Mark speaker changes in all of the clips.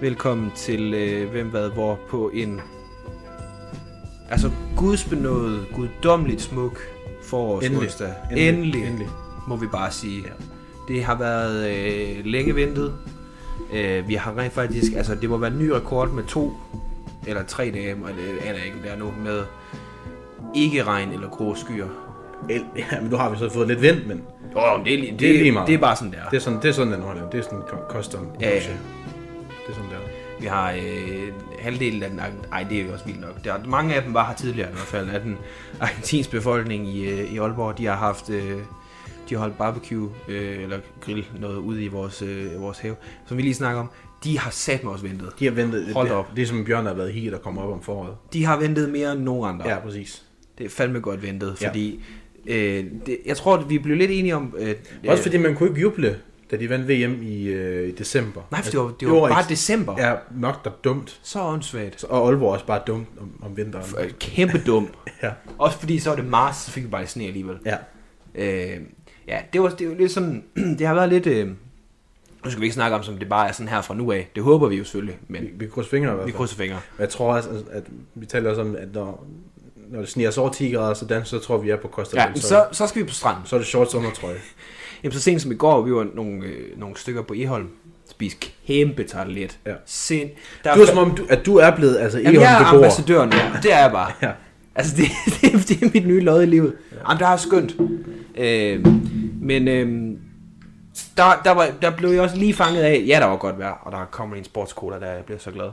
Speaker 1: velkommen til øh, Hvem Hvad Hvor på en altså gudsbenået, guddommeligt smuk forårsonsdag. Endelig.
Speaker 2: Endelig.
Speaker 1: Endelig,
Speaker 2: Endelig.
Speaker 1: må vi bare sige.
Speaker 2: Ja.
Speaker 1: Det har været øh, længe ventet. Øh, vi har rent faktisk, altså det må være en ny rekord med to eller tre dage, og det aner jeg ikke, om det er nu, med ikke regn eller grå skyer.
Speaker 2: El- Ja, men nu har vi så fået lidt vind, men
Speaker 1: Jo, jo, det, er, li- det,
Speaker 2: Det er lige meget.
Speaker 1: det er bare sådan der.
Speaker 2: det er sådan, det er sådan, den holder. Det er sådan en custom.
Speaker 1: Ja, ja.
Speaker 2: Det er sådan der.
Speaker 1: Vi har øh, halvdelen af den... Ej, det er jo også vildt nok. Der, mange af dem var her tidligere i hvert fald, at den argentinske befolkning i, øh, i Aalborg, de har haft... Øh, de har holdt barbecue øh, eller grill noget ude i vores, øh, vores have, som vi lige snakker om. De har sat mig også ventet.
Speaker 2: De har ventet,
Speaker 1: Hold
Speaker 2: det,
Speaker 1: op.
Speaker 2: ligesom Bjørn har været hiet og kommer op om foråret.
Speaker 1: De har ventet mere end nogen andre.
Speaker 2: Ja, præcis.
Speaker 1: Det er fandme godt ventet,
Speaker 2: Ja.
Speaker 1: fordi... Øh, det, jeg tror, at vi blev lidt enige om... Øh,
Speaker 2: Også
Speaker 1: øh,
Speaker 2: fordi man kunne ikke juble, da de vandt VM i, øh, i december.
Speaker 1: Nej, for det var, det
Speaker 2: Jo,
Speaker 1: var bare
Speaker 2: ikke-
Speaker 1: december. Ja.
Speaker 2: Ja, nok der dumt.
Speaker 1: Så åndssvagt.
Speaker 2: Så- Og Aalborg er også bare dumt om, om vinteren.
Speaker 1: Øh, Kæmpe dum.
Speaker 2: Ja.
Speaker 1: Også fordi så var det marts, så fik vi bare sne alligevel.
Speaker 2: Ja.
Speaker 1: Øh, ja, det var, det var lidt sådan, det har været lidt, øh, nu skal vi ikke snakke om, som det bare er sådan her fra nu af. Det håber vi jo selvfølgelig,
Speaker 2: Vi,
Speaker 1: men
Speaker 2: vi krydser fingre i hvert
Speaker 1: vi
Speaker 2: fald.
Speaker 1: krydser fingre.
Speaker 2: Men Jeg tror også, at- at vi taler også om, at når, når det sniger sig over 10 grader, så, danser, så tror vi, at vi er på Costa del
Speaker 1: Ja, men
Speaker 2: Sol.
Speaker 1: så, så skal vi på stranden.
Speaker 2: så er det shorts undertrøje.
Speaker 1: Jamen, så sent som i går, vi var nogle, øh, nogle stykker på Eholm, spiste kæmpe tartelet.
Speaker 2: Ja.
Speaker 1: Sind.
Speaker 2: Du er som om, du, at du er blevet altså
Speaker 1: Jamen,
Speaker 2: Eholm
Speaker 1: jeg er
Speaker 2: beboer.
Speaker 1: ambassadør nu. Det er jeg bare.
Speaker 2: Ja.
Speaker 1: Altså, det, det, er- det er mit nye lod i livet. Jamen, det er skønt. Øh, men øh, der, der, var, der blev jeg også lige fanget af, ja, der var godt vejr, og der kommer en sportskola, der jeg bliver så glad.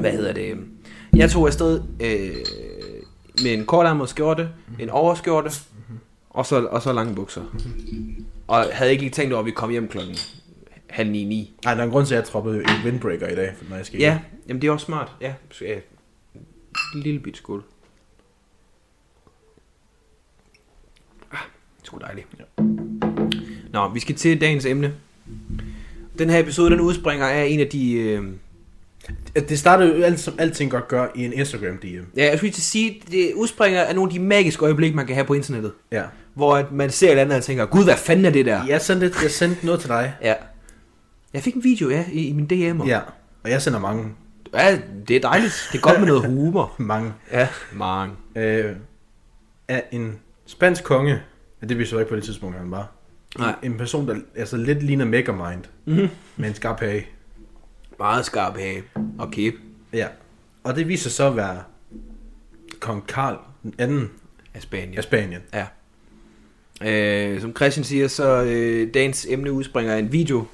Speaker 1: Hvad hedder det? Jeg tog afsted øh, med en kortærmet skjorte, en overskjorte, og så, og så lange bukser. Og havde ikke lige tænkt over, at vi kom hjem klokken halv ni, ni.
Speaker 2: Nej, der er en grund til, at jeg troppede en windbreaker i dag, for når jeg skal
Speaker 1: Ja, jamen det er også smart. Ja, så, ja. En lille bit skål. Ah, Ah, det er sgu dejligt. Ja. Nå, vi skal til dagens emne. Den her episode, den udspringer af en af de... Øh...
Speaker 2: At Det starter jo alt, som alting godt gør i en Instagram-DM.
Speaker 1: Ja, jeg skulle til at sige, det udspringer af nogle af de magiske øjeblikke, man kan have på internettet.
Speaker 2: Ja.
Speaker 1: Hvor at man ser et eller andet og tænker, gud, hvad fanden er det der?
Speaker 2: Jeg sendte, lidt- jeg sendte noget til dig.
Speaker 1: ja. Jeg fik en video, ja, i, i min DM'er.
Speaker 2: Ja. Og jeg sender mange.
Speaker 1: ja, det er dejligt. Det er godt med noget humor.
Speaker 2: Mange.
Speaker 1: Ja, mange.
Speaker 2: Øh, af en spansk konge, ja, det vidste jeg jo ikke på det tidspunkt, han var.
Speaker 1: Nej. Mhm.
Speaker 2: En person, der altså, lidt ligner Megamind. Mm-hmm. Med en skarp hage.
Speaker 1: Meget skarp hage og kæbe.
Speaker 2: Ja. Og det viser sig så at være kong Karl den anden
Speaker 1: af Spanien.
Speaker 2: af Spanien.
Speaker 1: Ja. Øh, som Christian siger, så øh, dagens emne udspringer af en video,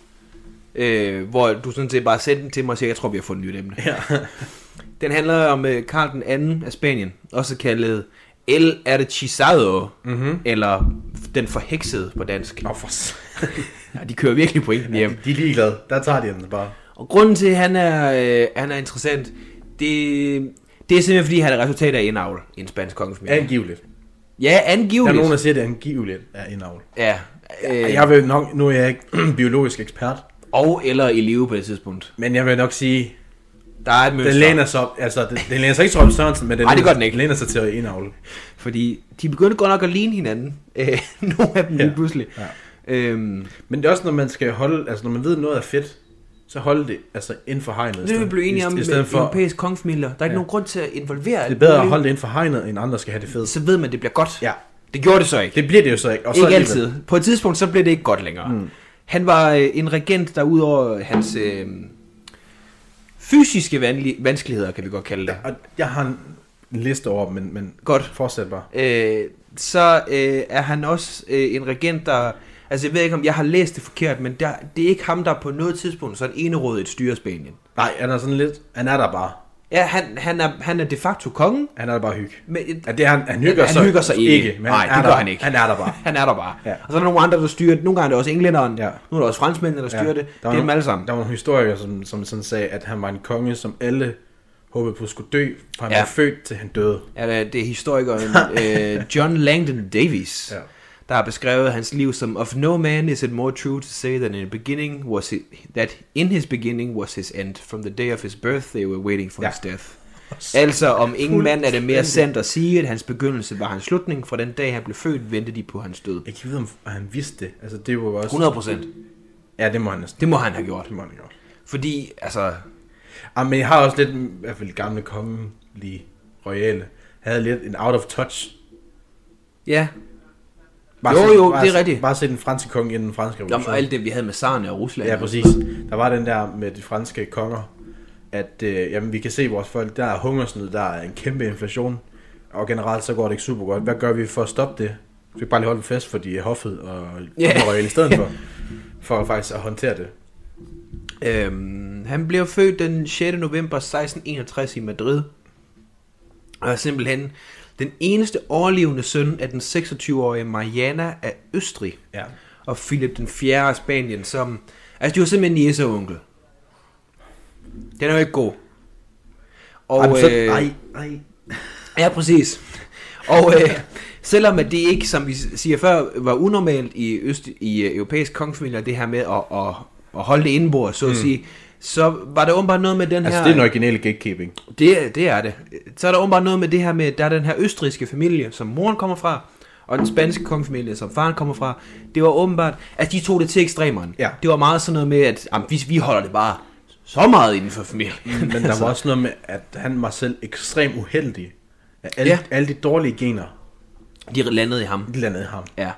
Speaker 1: øh, hvor du sådan set bare sendte den til mig og siger, jeg tror, vi har fundet et nyt emne.
Speaker 2: Ja.
Speaker 1: Den handler om øh, Karl den anden af Spanien, også kaldet El Archizado, mm-hmm. eller Den Forheksede på dansk.
Speaker 2: Mhm. Nå, for s-
Speaker 1: Ja, de kører virkelig pointen hjem.
Speaker 2: de, de er ligeglade. Der tager de den bare.
Speaker 1: Og grunden til, at han er, øh, han er interessant, det, det er simpelthen, fordi han er resultat af indavl i en spansk kongefamilie.
Speaker 2: Angiveligt.
Speaker 1: Ja,
Speaker 2: Der er
Speaker 1: angiveligt.
Speaker 2: nogen, der siger, at det angiveligt er indavl.
Speaker 1: Ja, øh,
Speaker 2: Jeg vil nok, nu er jeg ikke biologisk ekspert,
Speaker 1: og eller i live på det tidspunkt.
Speaker 2: men jeg vil nok sige,
Speaker 1: Der er et mønster.
Speaker 2: den læner sig op, altså den, den læner sig ikke til Rolf Sørensen, men den,
Speaker 1: Ej, det gør
Speaker 2: læner-
Speaker 1: den ikke.
Speaker 2: læner sig til at indavle.
Speaker 1: Fordi de begyndte godt nok at ligne hinanden. Øh, nogle af dem lige
Speaker 2: Ja,
Speaker 1: pludselig.
Speaker 2: ja.
Speaker 1: Øhm,
Speaker 2: Men det er også, når man skal holde, altså når man ved noget er fedt, så holde det altså inden for hegnet.
Speaker 1: det
Speaker 2: i
Speaker 1: er vi
Speaker 2: stedet-
Speaker 1: blevet enige om
Speaker 2: i, i
Speaker 1: med
Speaker 2: stedet for,
Speaker 1: europæiske kongefamilier. Der er ikke nogen grund til at involvere
Speaker 2: Det
Speaker 1: alt
Speaker 2: er bedre at
Speaker 1: muligt.
Speaker 2: holde det inden for hegnet, end andre skal have det fedt.
Speaker 1: Så ved man, at det bliver godt.
Speaker 2: Ja,
Speaker 1: Det gjorde det så ikke.
Speaker 2: det bliver det jo så ikke. Og så
Speaker 1: ikke
Speaker 2: alligevel-
Speaker 1: altid. På et tidspunkt, så blev det ikke godt længere. Mm. Han var øh, en regent, der udover hans øh, fysiske vanli- vanskeligheder, kan vi godt kalde det,
Speaker 2: Og jeg har en liste over, dem, men, men
Speaker 1: Godt.
Speaker 2: fortsæt bare.
Speaker 1: øh, så øh, er han også øh, en regent, der... Altså, jeg ved ikke, om jeg har læst det forkert, men der, det er ikke ham, der på noget tidspunkt sådan enerådigt styrer Spanien.
Speaker 2: Nej, han er sådan lidt, han er der bare.
Speaker 1: Ja, han, han, er, han er de facto kongen,
Speaker 2: Han er der bare hygge.
Speaker 1: men et,
Speaker 2: Ja, det er han, han hygger,
Speaker 1: Han
Speaker 2: sig,
Speaker 1: hygger sig ikke.
Speaker 2: men
Speaker 1: Nej,
Speaker 2: han er
Speaker 1: det
Speaker 2: der,
Speaker 1: gør han ikke.
Speaker 2: Han er der bare.
Speaker 1: han er der bare.
Speaker 2: Ja.
Speaker 1: Og så er der nogle andre, der styrer det. Nogle gange er det også englænderen,
Speaker 2: Ja.
Speaker 1: nu er der også franskmændene, der styrer ja. det. Det er
Speaker 2: nogle-
Speaker 1: dem alle sammen.
Speaker 2: Der var nogle historikere, som, som sådan sagde, at han var en konge, som alle håbede på skulle dø, fra han
Speaker 1: Ja.
Speaker 2: ja. var født til han døde.
Speaker 1: Ja, det er- det er historikeren øh, John Langdon Davies,
Speaker 2: Ja.
Speaker 1: der har beskrevet hans liv som Of no man is it more true to say than in the beginning was it, that in his beginning was his end. From the day of his birth they were waiting for ja.
Speaker 2: Ja.
Speaker 1: his death. Altså, om ingen mand er det mere sandt at sige, at hans begyndelse var hans slutning. Fra den dag, han blev født, ventede de på hans død.
Speaker 2: Jeg kan ikke vide, om han vidste det. Altså, det var også...
Speaker 1: 100 procent.
Speaker 2: Ja, det må han næsten.
Speaker 1: Det må han have gjort.
Speaker 2: Det må han have gjort.
Speaker 1: Fordi, altså,
Speaker 2: Ja, men jeg har også lidt, i hvert fald gamle kongelige royale, havde lidt en out of touch.
Speaker 1: Ja, Jo, jo, det er rigtigt.
Speaker 2: Bare se den franske konge inden den franske
Speaker 1: Jamen,
Speaker 2: revolution.
Speaker 1: og alt det, vi havde med Sarne og Rusland.
Speaker 2: Ja, præcis. Der var den der med de franske konger, at øh, jamen, vi kan se vores folk, der er hungersnød, der er en kæmpe inflation, og generelt så går det ikke super godt. Hvad gør vi for at stoppe det? Vi kan bare lige holde en fest for de er hoffet og
Speaker 1: Ja.
Speaker 2: yeah. royale i stedet for, for faktisk at håndtere det.
Speaker 1: Øhm, han blev født den 6. november 1661 i Madrid. Og er simpelthen den eneste overlevende søn af den 26-årige Mariana af Østrig
Speaker 2: Ja.
Speaker 1: og Philip den 4. af Spanien, som... Altså, de var simpelthen niece og onkel. Den er jo ikke god. Og,
Speaker 2: Ej, men så,
Speaker 1: øh,
Speaker 2: ej, ej.
Speaker 1: Ja, præcis. Og øh, selvom at det ikke, som vi siger før, var unormalt i, øst, i øh, europæisk kongefamilier, det her med at, at, at holde det indenbords, så at sige, så var der åbenbart noget med den
Speaker 2: Mm. Altså,
Speaker 1: her...
Speaker 2: det er den originale gatekeeping.
Speaker 1: Det, er- det er det. Så er der åbenbart noget med det her med, der er den her østrigske familie, som moren kommer fra, og den spanske kongefamilie, som faren kommer fra. Det var åbenbart, at de tog det til ekstremerne.
Speaker 2: Ja.
Speaker 1: Det var meget sådan noget med, at jamen, vi, vi holder det bare så meget inden for familien.
Speaker 2: Men der var også noget med, at han var selv ekstremt uheldig. At alle,
Speaker 1: Ja.
Speaker 2: ja. alle de dårlige gener,
Speaker 1: De landede i ham.
Speaker 2: de landede i ham.
Speaker 1: Ja.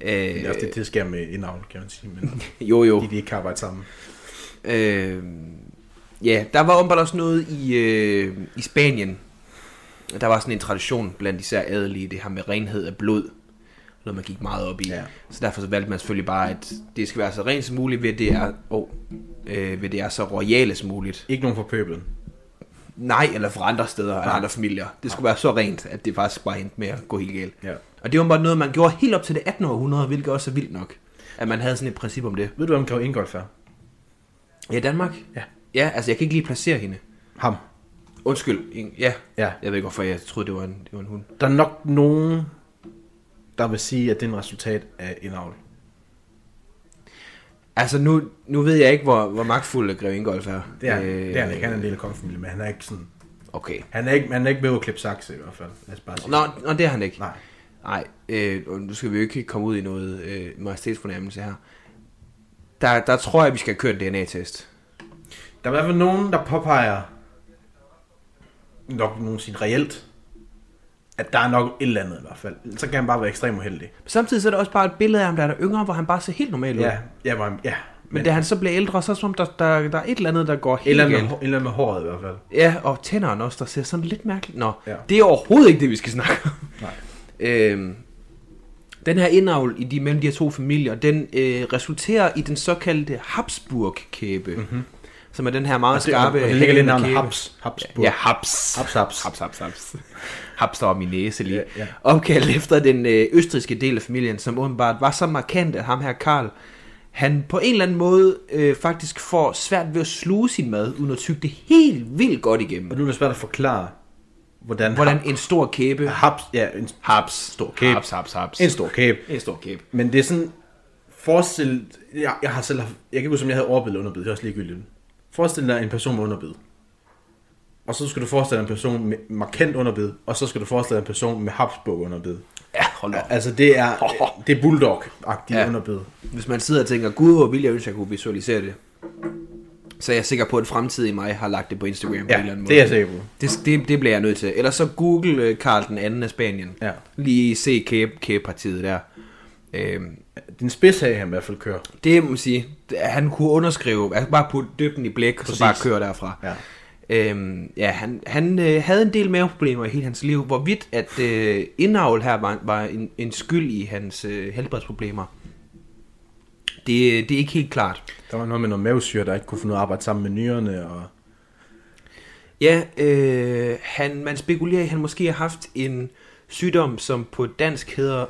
Speaker 2: Det
Speaker 1: Øh,
Speaker 2: er også det, der sker med indavl, kan man sige. Men
Speaker 1: jo, jo.
Speaker 2: de, de ikke kan arbejde sammen.
Speaker 1: Øh, ja, der var åbenbart også noget i, øh, i Spanien. Der var sådan en tradition blandt især adelige, det her med renhed af blod. Noget, man gik meget op i.
Speaker 2: Ja.
Speaker 1: Så derfor så valgte man selvfølgelig bare, at det skal være så rent som muligt, ved det er, oh, øh, ved det er så royale som muligt.
Speaker 2: Ikke nogen fra pøblen.
Speaker 1: Nej, eller fra andre steder, eller andre familier. Det skulle være så rent, at det faktisk bare endte med at gå helt galt.
Speaker 2: Ja.
Speaker 1: Og det var bare noget, man gjorde helt op til det 18. århundrede, hvilket også er vildt nok. At man havde sådan et princip om det.
Speaker 2: Ved du, hvem Grev Ingolf er?
Speaker 1: Ja, Danmark?
Speaker 2: Ja.
Speaker 1: Ja, altså jeg kan ikke lige placere hende.
Speaker 2: Ham.
Speaker 1: Undskyld, ing- ja.
Speaker 2: Ja.
Speaker 1: Jeg ved ikke, hvorfor jeg troede, det var en, det var en hund.
Speaker 2: Der er nok nogen, der vil sige, at det er en resultat af indavl.
Speaker 1: Altså, nu, nu ved jeg ikke, hvor, hvor magtfuld Grev Ingolf er.
Speaker 2: Det er, øh, det er han ikke. Han er en del af kongefamilien, men han er ikke sådan...
Speaker 1: Okay.
Speaker 2: Han er ikke, han er ikke med at klippe sakse i hvert fald. Lad os bare sige.
Speaker 1: Nå, nå, det er han ikke.
Speaker 2: Nej.
Speaker 1: Nej, øh, og nu skal vi jo ikke komme ud i noget øh, majestætsfornærmelse her. Der, der tror jeg, vi skal køre en DNA-test.
Speaker 2: Der er i hvert fald nogen, der påpeger nok nogen sige reelt, at der er nok et eller andet i hvert fald. Så kan han bare være ekstremt uheldig.
Speaker 1: Samtidig så er der også bare et billede af ham, der er der yngre, hvor han bare ser helt normal ud.
Speaker 2: Ja, ja, man, ja.
Speaker 1: Men, Men da han så bliver ældre, så er det som om, der, der, der er et eller andet, der går helt
Speaker 2: et eller andet
Speaker 1: galt.
Speaker 2: med, hår- et eller andet med håret i hvert fald.
Speaker 1: Ja, og tænderen også, der ser sådan lidt mærkeligt. Nå, ja.
Speaker 2: Ja.
Speaker 1: det er overhovedet ikke det, vi skal snakke om.
Speaker 2: Nej.
Speaker 1: Øhm, den her indavl i de, mellem de her to familier, den øh, resulterer i den såkaldte Habsburg-kæbe, mm-hmm. som er den her meget
Speaker 2: Mhm. Og det, og
Speaker 1: skarpe...
Speaker 2: det ligger lidt
Speaker 1: hængende
Speaker 2: navnet
Speaker 1: kæbe.
Speaker 2: Haps. Habsburg.
Speaker 1: Ja, Habs.
Speaker 2: Haps, haps.
Speaker 1: Haps, haps, haps. Haps, der var min næse lige.
Speaker 2: Ja, ja.
Speaker 1: Opkaldt efter den øh, østriske del af familien, som åbenbart var så markant, at ham her Karl, han på en eller anden måde øh, faktisk får svært ved at sluge sin mad, uden at tygge det helt vildt godt igennem.
Speaker 2: Og nu er det svært at forklare, hvordan,
Speaker 1: Hvordan en stor kæbe...
Speaker 2: Haps, ja, en,
Speaker 1: Haps.
Speaker 2: Stor kæbe.
Speaker 1: Haps, haps, haps.
Speaker 2: en stor kæbe.
Speaker 1: en stor kæbe.
Speaker 2: Men det er sådan, forestil, jeg, jeg har selv, haft- jeg kan ikke huske, om jeg havde overbid eller underbid, det er også ligegyldigt. Forestil dig en person med underbid. Og så skal du forestille dig en person med markant underbid, og så skal du forestille dig en person med Habsburg underbid.
Speaker 1: Ja, hold op.
Speaker 2: Altså det er, det er bulldog-agtig
Speaker 1: Ja.
Speaker 2: ja. underbid.
Speaker 1: Hvis man sidder og tænker, gud, hvor ville jeg ønske, jeg kunne visualisere det, så er jeg sikker på, at fremtidig mig har lagt det på Instagram på en eller
Speaker 2: Ja,
Speaker 1: anden måde.
Speaker 2: det er jeg sikker på.
Speaker 1: Det, det, det bliver jeg nødt til. Ellers så google øh, Karl den anden af Spanien.
Speaker 2: Ja.
Speaker 1: Lige se kæbe, kæbepartiet der. Øhm,
Speaker 2: Din spids har han i hvert fald kører.
Speaker 1: det må man sige, det- han kunne underskrive, altså bare putte dybden i blæk, og så
Speaker 2: Præcis.
Speaker 1: bare køre derfra.
Speaker 2: Ja.
Speaker 1: Øhm, ja, han, han øh, havde en del maveproblemer i hele hans liv, hvorvidt at øh, indavl her var, var en, en skyld i hans øh, helbredsproblemer. Det, det er ikke helt klart.
Speaker 2: Der var noget med noget mavesyre, der ikke kunne få noget at arbejde sammen med nyrerne. Og...
Speaker 1: Ja, øh, han, man spekulerer i, at han måske har haft en sygdom, som på dansk hedder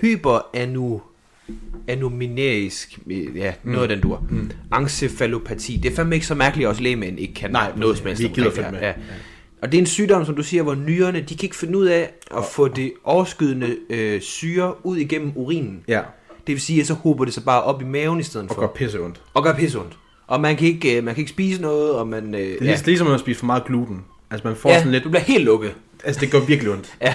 Speaker 1: hyperanu anominerisk, øh, ja, mm. noget af den dur. Mm. Encefalopati. Det er fandme ikke så mærkeligt, at også lægemænd ikke kan
Speaker 2: Nej,
Speaker 1: noget som helst.
Speaker 2: vi gider
Speaker 1: omkring det her.
Speaker 2: fandme.
Speaker 1: Ja. Og det er en sygdom, som du siger, hvor nyrerne, de kan ikke finde ud af at få det overskydende øh, syre ud igennem urinen.
Speaker 2: Ja,
Speaker 1: Det vil sige, at så hober det sig bare op i maven i stedet
Speaker 2: og
Speaker 1: for.
Speaker 2: går pisse ondt.
Speaker 1: Og gør pisseondt. Og man kan, ikke, øh, man kan ikke spise noget, og man... Øh,
Speaker 2: Det er ja. ligesom, når man spiser for meget gluten. Altså man får
Speaker 1: ja,
Speaker 2: sådan lidt,
Speaker 1: du bliver helt lukket.
Speaker 2: altså det går virkelig ondt.
Speaker 1: Ja.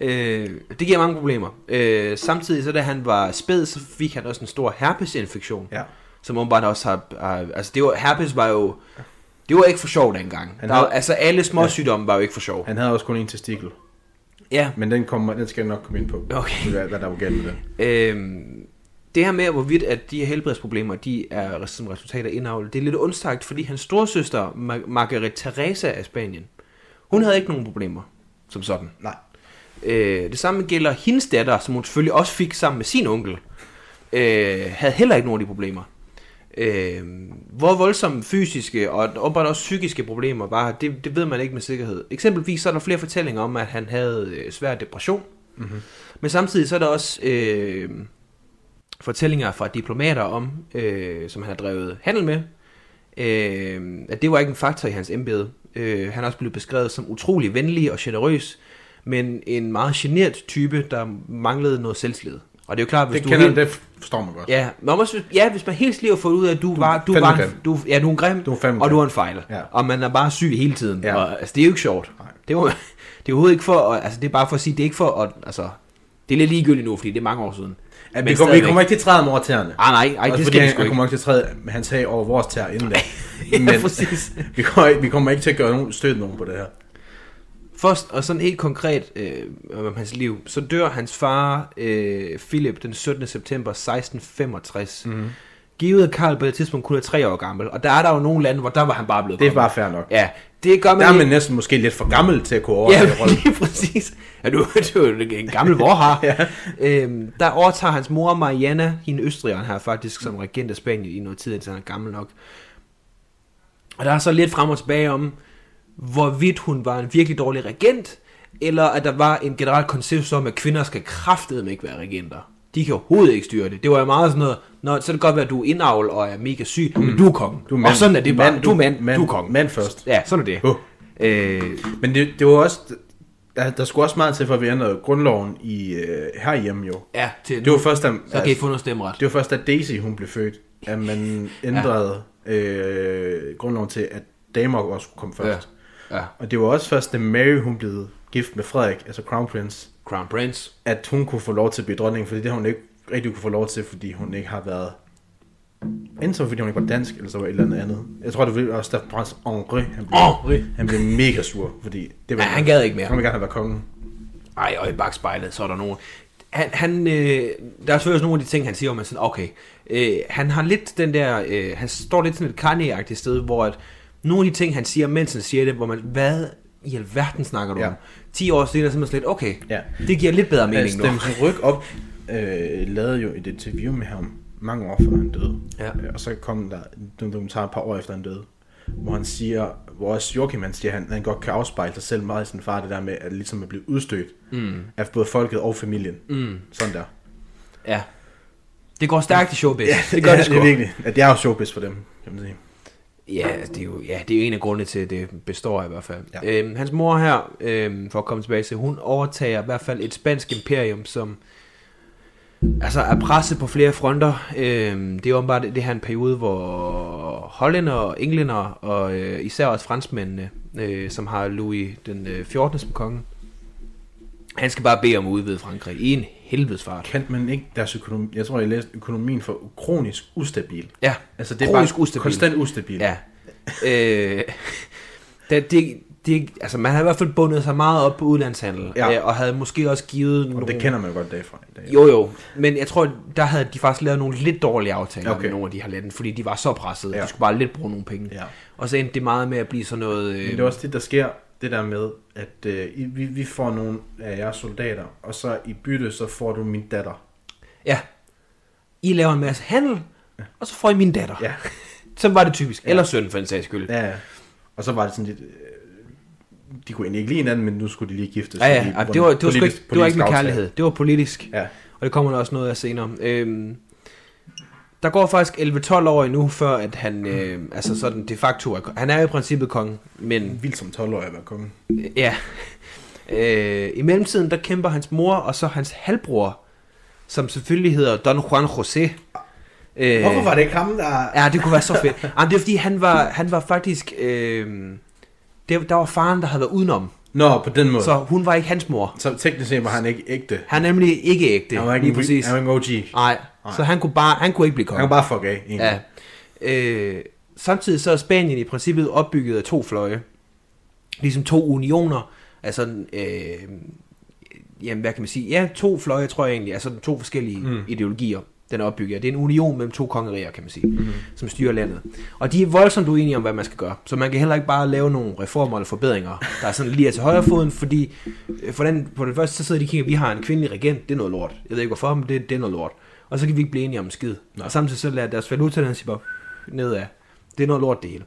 Speaker 1: Øh, det giver mange problemer. Øh, samtidig så da han var spæd, så fik han også en stor herpesinfektion.
Speaker 2: Ja.
Speaker 1: Som åbenbart også har... har altså det var, herpes var jo Det var ikke for sjov dengang.
Speaker 2: Han
Speaker 1: Der,
Speaker 2: har-
Speaker 1: altså alle små sygdomme var jo ikke for sjov.
Speaker 2: Han havde også kun en testikel.
Speaker 1: Ja,
Speaker 2: Men den, kommer, den skal jeg nok komme ind på.
Speaker 1: Okay.
Speaker 2: Hvad, hvad der var galt med den.
Speaker 1: Øhm, det her med, hvorvidt at de her helbredsproblemer, de er som resultat af indavl, det er lidt undstagt, fordi hans storsøster, Mar- Margaret Teresa af Spanien, hun havde ikke nogen problemer som sådan.
Speaker 2: Nej.
Speaker 1: Øh, det samme gælder hendes datter, som hun selvfølgelig også fik sammen med sin onkel, øh, havde heller ikke nogen af de problemer. Øh, hvor voldsomme fysiske og åbenbart også psykiske problemer var, det, det ved man ikke med sikkerhed. Eksempelvis så er der flere fortællinger om, at han havde øh, svær depression,
Speaker 2: Mm-hmm.
Speaker 1: men samtidig så er der også øh, fortællinger fra diplomater om, øh, som han har drevet handel med, øh, at det var ikke en faktor i hans embede. Øh, han er også blevet beskrevet som utrolig venlig og generøs, men en meget genert type, der manglede noget selvtillid. Og det er jo klart, hvis
Speaker 2: Det,
Speaker 1: du...
Speaker 2: kender,
Speaker 1: helt-
Speaker 2: det forstår man godt.
Speaker 1: Ja, men også, hvis- ja, hvis man helt liv har fået ud af, at du, du var, du
Speaker 2: fandme
Speaker 1: var en,
Speaker 2: grim.
Speaker 1: du, ja, du er en grim,
Speaker 2: Du er
Speaker 1: og
Speaker 2: fandme grim.
Speaker 1: du er en fejl.
Speaker 2: Ja.
Speaker 1: Og man er bare syg hele tiden.
Speaker 2: Ja.
Speaker 1: Og, altså, det er jo ikke sjovt.
Speaker 2: Nej.
Speaker 1: Det, var, det er overhovedet ikke for, at, altså, det er bare for at sige, det er ikke for at, altså, det er lidt ligegyldigt nu, fordi det er mange år siden.
Speaker 2: Ja, vi,
Speaker 1: Men
Speaker 2: kommer, vi
Speaker 1: stadigvæk.
Speaker 2: kommer ikke til at træde om over tæerne.
Speaker 1: Ah, nej, ej,
Speaker 2: Også
Speaker 1: det
Speaker 2: fordi
Speaker 1: skal vi
Speaker 2: han,
Speaker 1: sgu
Speaker 2: han
Speaker 1: ikke.
Speaker 2: kommer ikke til at træde med hans tag over vores tæer inden da.
Speaker 1: Ja,
Speaker 2: Men
Speaker 1: præcis.
Speaker 2: vi kommer, ikke- vi kommer ikke til at gøre nogen stød nogen på det her.
Speaker 1: Først, og sådan helt konkret øh, om hans liv, så dør hans far, øh, Philip, den 17. september 1665.
Speaker 2: Mhm.
Speaker 1: Mm-hmm. Givet Karl på det tidspunkt kun er tre år gammel, og der er der jo nogle lande, hvor der var han bare blevet
Speaker 2: Det er
Speaker 1: konge.
Speaker 2: bare fair nok.
Speaker 1: Ja, det gør man
Speaker 2: Der er
Speaker 1: ikke.
Speaker 2: man næsten måske lidt for gammel til at kunne
Speaker 1: Ja,
Speaker 2: overtage rollen.
Speaker 1: lige præcis. Ja, du, du er jo en gammel vorhar. ja. øhm, der overtager hans mor Mariana, hende østrigeren her faktisk, som regent af Spanien i noget tid, indtil han er gammel nok. Og der er så lidt frem og tilbage om, hvorvidt hun var en virkelig dårlig regent, eller at der var en generel konsensus om, at kvinder skal kraftedeme ikke være regenter. De kan overhovedet ikke styre det. Det var jo meget sådan noget, Nå, så kan det godt være, at du er indavl og er mega syg, mm. men du er kongen.
Speaker 2: Du er mand.
Speaker 1: Og sådan er det bare.
Speaker 2: Mand,
Speaker 1: du er
Speaker 2: du-
Speaker 1: mand,
Speaker 2: mand-
Speaker 1: du er kongen.
Speaker 2: mand først.
Speaker 1: Ja, sådan er det.
Speaker 2: Uh.
Speaker 1: Øh,
Speaker 2: Men det, det var også... Der, der skulle også meget til, for at vi ændrede grundloven i, øh, herhjemme jo.
Speaker 1: ja, til
Speaker 2: Det var først, da,
Speaker 1: Så kan I få noget stemmeret.
Speaker 2: det var først, da Daisy hun blev født, at man ændrede øh, grundloven til, at damer også skulle komme først.
Speaker 1: Ja.
Speaker 2: Og det var også først, da Mary hun blev gift med Frederik, altså Crown Prince,
Speaker 1: Crown Prince.
Speaker 2: at hun kunne få lov til at blive dronning, fordi det har hun ikke rigtig kunne få lov til, fordi hun ikke har været enten så var det, fordi hun ikke var dansk, eller så var det et eller andet andet. Jeg tror, det var også, da prins Henri, han blev,
Speaker 1: Henri.
Speaker 2: han blev mega sur, fordi det var
Speaker 1: Ja, han gad ikke mere.
Speaker 2: Han ville gerne have været kongen.
Speaker 1: Ej, og i bagspejlet, så er der nogen. Han, han, øh, der er selvfølgelig også nogle af de ting, han siger, om at sådan, okay, øh, han har lidt den der, øh, han står lidt sådan et karneagtigt sted, hvor at nogle af de ting, han siger, mens han siger det, hvor man, hvad i alverden snakker du ja.
Speaker 2: Ja.
Speaker 1: om? 10 år senere, så er man sådan lidt, okay,
Speaker 2: Ja.
Speaker 1: det giver lidt bedre mening nu.
Speaker 2: Stemmelsen Ryg op øh, lavede jo et interview med ham mange år før han døde.
Speaker 1: Ja.
Speaker 2: Øh, Og så kom der en dokumentar et par år efter han døde, hvor han siger, hvor også Joachim han siger, at han, han godt kan afspejle sig selv meget i sin far, det der med at ligesom at blive udstødt mm. af både folket og familien. Mm. Sådan der.
Speaker 1: Ja. Det går stærkt i showbiz. Ja, det gør det sgu.
Speaker 2: Det er virkelig, at det er jo showbiz for dem, kan man sige.
Speaker 1: Ja, det er jo, ja, det er jo en af grundene til, at det består af i hvert fald. Ja.
Speaker 2: Ja.
Speaker 1: Øhm, hans mor her, øhm, for at komme tilbage til, hun overtager i hvert fald et spansk imperium, som altså er presset på flere fronter. Øhm, det er åbenbart det her en periode, hvor hollænder og englænder, og øh, især også franskmændene, øh, som har Louis den øh, 14. som konge, han skal bare bede om at udvide Frankrig i en helvedes fart.
Speaker 2: Kan man ikke deres økonomi, jeg tror jeg læste økonomien for kronisk ustabil.
Speaker 1: Ja,
Speaker 2: Altså det er
Speaker 1: Kronisk
Speaker 2: bare
Speaker 1: ustabil.
Speaker 2: konstant ustabil.
Speaker 1: Ja. Øh, det, det, det, altså man havde i hvert fald bundet sig meget op på udlandshandel, ja.
Speaker 2: Ja.
Speaker 1: øh, og havde måske også givet nogle...
Speaker 2: Og det kender man jo godt derfra i dag.
Speaker 1: Jo, jo. Men jeg tror, der havde de faktisk lavet nogle lidt dårlige aftaler okay. med
Speaker 2: Okay.
Speaker 1: nogle af de her lande, fordi de var så pressede. Ja.
Speaker 2: Ja.
Speaker 1: De skulle bare lidt bruge nogle penge.
Speaker 2: Ja.
Speaker 1: Og så endte det meget med at blive sådan noget... Øh,
Speaker 2: Men det er også det, der sker, det der med, at øh, I- vi, vi får nogle af jeres soldater, og så i bytte, så får du min datter.
Speaker 1: Ja. I laver en masse handel, og så får I min datter.
Speaker 2: Ja,
Speaker 1: Sådan var det typisk. Ja. Eller søn for en sags skyld.
Speaker 2: ja, ja. Og så var det sådan lidt, øh, de kunne egentlig ikke lide hinanden, men nu skulle de lige giftes.
Speaker 1: Ja, ja,
Speaker 2: fordi-
Speaker 1: ja det, var, det, var sgu
Speaker 2: politisk-
Speaker 1: ikke, det var ikke
Speaker 2: politisk
Speaker 1: med
Speaker 2: aftale.
Speaker 1: kærlighed. Det var politisk.
Speaker 2: Ja.
Speaker 1: Og det kommer der også noget af senere. Øhm, der går faktisk 11-12 år endnu, før at han øh, altså sådan de facto er Han er jo i princippet konge, men
Speaker 2: Vildt som 12-årig at være konge.
Speaker 1: øh, ja. Øh, I mellemtiden, der kæmper hans mor og så hans halvbror, som selvfølgelig hedder Don Juan José. Øh,
Speaker 2: Hvorfor var det ikke ham, der...
Speaker 1: Ja, det kunne være så fedt. Ej, men det er fordi, han var, han var faktisk... Øh, det, der var faren, der havde været udenom.
Speaker 2: Nå, på den måde. Så,
Speaker 1: Så hun var ikke hans mor.
Speaker 2: så teknisk set var han ikke ægte.
Speaker 1: Han er nemlig ikke ægte.
Speaker 2: han var ikke
Speaker 1: lige
Speaker 2: en,
Speaker 1: præcis.
Speaker 2: Han var ikke en OG.
Speaker 1: Nej, så han kunne, bare, han kunne ikke blive
Speaker 2: Han
Speaker 1: konge.
Speaker 2: var bare fuck af, egentlig.
Speaker 1: Ja. Øh, samtidig så er Spanien i princippet opbygget af to fløje. Ligesom to unioner, altså øh, jamen, hvad kan man sige? Ja, to fløje, tror jeg egentlig, altså to forskellige mm. ideologier, den er opbygget af. Det er en union mellem to kongeriger, kan man sige, mm. som styrer landet. Og de er voldsomt uenige om, hvad man skal gøre. Så man kan heller ikke bare lave nogle reformer eller forbedringer, der er sådan lige er til højre foden, fordi øh, for den, på den første, så sidder de og kigger, vi har en kvindelig regent, det er noget lort. Jeg ved ikke hvorfor, men det, det er noget lort. Og så kan vi ikke blive enige om en skid. Nej. Og samtidig så lader deres valuta, den siger bare nedad. Det er noget lort det hele.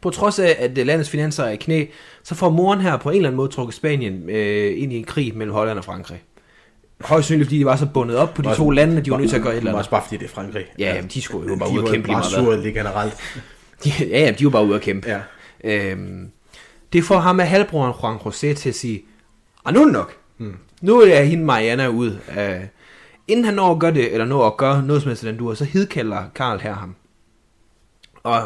Speaker 1: På trods af, at øh, landets finanser er i knæ, så får moren her på en eller anden måde trukket Spanien øh, ind i en krig mellem Holland og Frankrig. Højst sandsynligt, fordi de var så bundet op på de to lande, at de var nødt til at gøre et eller andet.
Speaker 2: Også bare fordi det er Frankrig.
Speaker 1: Ja, jamen, de skulle jo bare
Speaker 2: de
Speaker 1: ud og
Speaker 2: var
Speaker 1: kæmpe lige
Speaker 2: bare
Speaker 1: meget. hvad.
Speaker 2: sure lige generelt.
Speaker 1: De, ja, ja, de var bare ude at kæmpe.
Speaker 2: Ja.
Speaker 1: Øhm, det får ham med halvbroren Juan José til at sige, ah, nu er det nok. Mm. Nu er hende Mariana ud. Øh, inden han når at gøre det, eller når at gøre noget som helst i den dur, så hidkalder Karl her ham. Og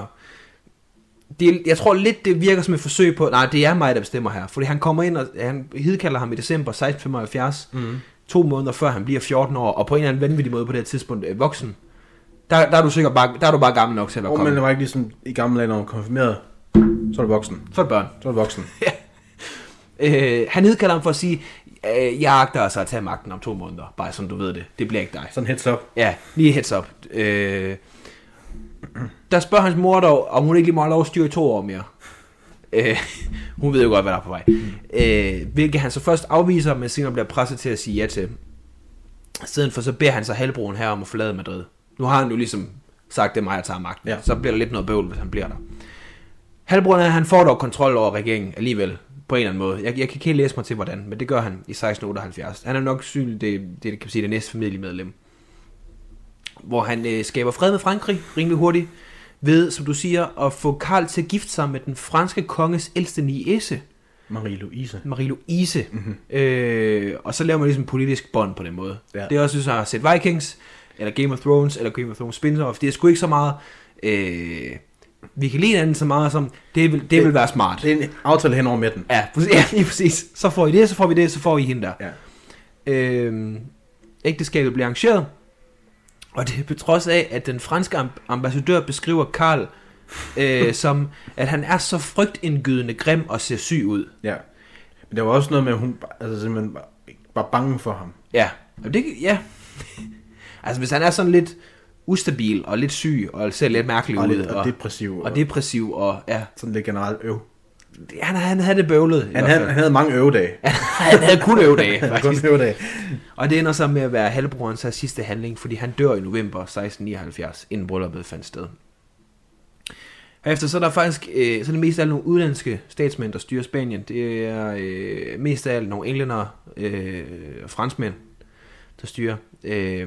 Speaker 1: det, jeg tror lidt, det virker som et forsøg på, nej, det er mig, der bestemmer her. Fordi han kommer ind, og han hidkalder ham i december 1675, mm. to måneder før han bliver 14 år, og på en eller anden vanvittig måde på det her tidspunkt øh, voksen. Der, der, er du sikkert bare, der er du bare gammel nok til at være
Speaker 2: Og
Speaker 1: konge.
Speaker 2: man var ikke ligesom i gamle dage, når man var konfirmeret. Så er du voksen.
Speaker 1: Så er det børn.
Speaker 2: Så er du voksen.
Speaker 1: Øh, han nedkalder ham for at sige, øh, jeg agter altså at tage magten om to måneder, bare som du ved det. Det bliver ikke dig.
Speaker 2: Sådan heads up.
Speaker 1: Ja, lige heads up. Øh, der spørger hans mor dog, om hun ikke lige må have lov at styre i to år mere. Øh, hun ved jo godt, hvad der er på vej. Øh, hvilket han så først afviser, men senere bliver presset til at sige ja til. I stedet for så beder han så halvbroen her om at forlade Madrid. Nu har han jo ligesom sagt, det er mig, der tager magten.
Speaker 2: Ja.
Speaker 1: Ja. Så bliver der lidt noget bøvl, hvis han bliver der. Halvbroren her, han får dog kontrol over regeringen alligevel, på en eller anden måde. Jeg, jeg kan ikke helt læse mig til, hvordan, men det gør han i 1678. Han er nok synlig, det, det kan man sige, det næste familiemedlem. Hvor han øh, skaber fred med Frankrig rimelig hurtigt, ved, som du siger, at få Karl til at gifte sig med den franske konges ældste niece,
Speaker 2: Marie-Louise.
Speaker 1: Marie-Louise. Mm-hmm. Øh, og så laver man ligesom politisk bånd på den måde.
Speaker 2: Ja.
Speaker 1: Ja. Det er også, hvis jeg har set Vikings, eller Game of Thrones, eller Game of Thrones spin-off. Det er sgu ikke så meget... Øh, vi kan lide hinanden så meget som, det vil, det,
Speaker 2: Det-
Speaker 1: det vil være smart.
Speaker 2: Det er en aftale hen over midten.
Speaker 1: Ja, præcis, ja, lige præcis. Så får I det, så får vi det, så får I hende der.
Speaker 2: Ja.
Speaker 1: Øhm, ægteskabet bliver arrangeret, og det er på trods af, at den franske amb- ambassadør beskriver Karl øh, som, at han er så frygtindgydende grim og ser syg ud.
Speaker 2: Ja. Men der var også noget med, at hun bare- altså, simpelthen bare, bare bange for ham.
Speaker 1: Ja. Jamen, det, kan- ja. altså, hvis han er sådan lidt ustabil og lidt syg og ser lidt mærkelig
Speaker 2: Og
Speaker 1: ud.
Speaker 2: lidt- og depressiv,
Speaker 1: Og,
Speaker 2: og-
Speaker 1: og depressiv, og ja.
Speaker 2: Sådan lidt generelt øv.
Speaker 1: Han, han havde det bøvlet. i
Speaker 2: Han
Speaker 1: hvert
Speaker 2: havde,
Speaker 1: fald.
Speaker 2: han havde mange øvedage.
Speaker 1: han havde kun øvedage,
Speaker 2: Han havde
Speaker 1: faktisk.
Speaker 2: kun øvedage.
Speaker 1: Mm. Og det ender så med at være halvbrorens her sidste handling, fordi han dør i november 1679, inden brylluppet fandt sted. Herefter så er der faktisk øh, så er det mest af alt nogle udenlandske statsmænd, der styrer Spanien. Det er øh, mest af alt nogle englænder øh, og franskmænd, der styrer. Øh,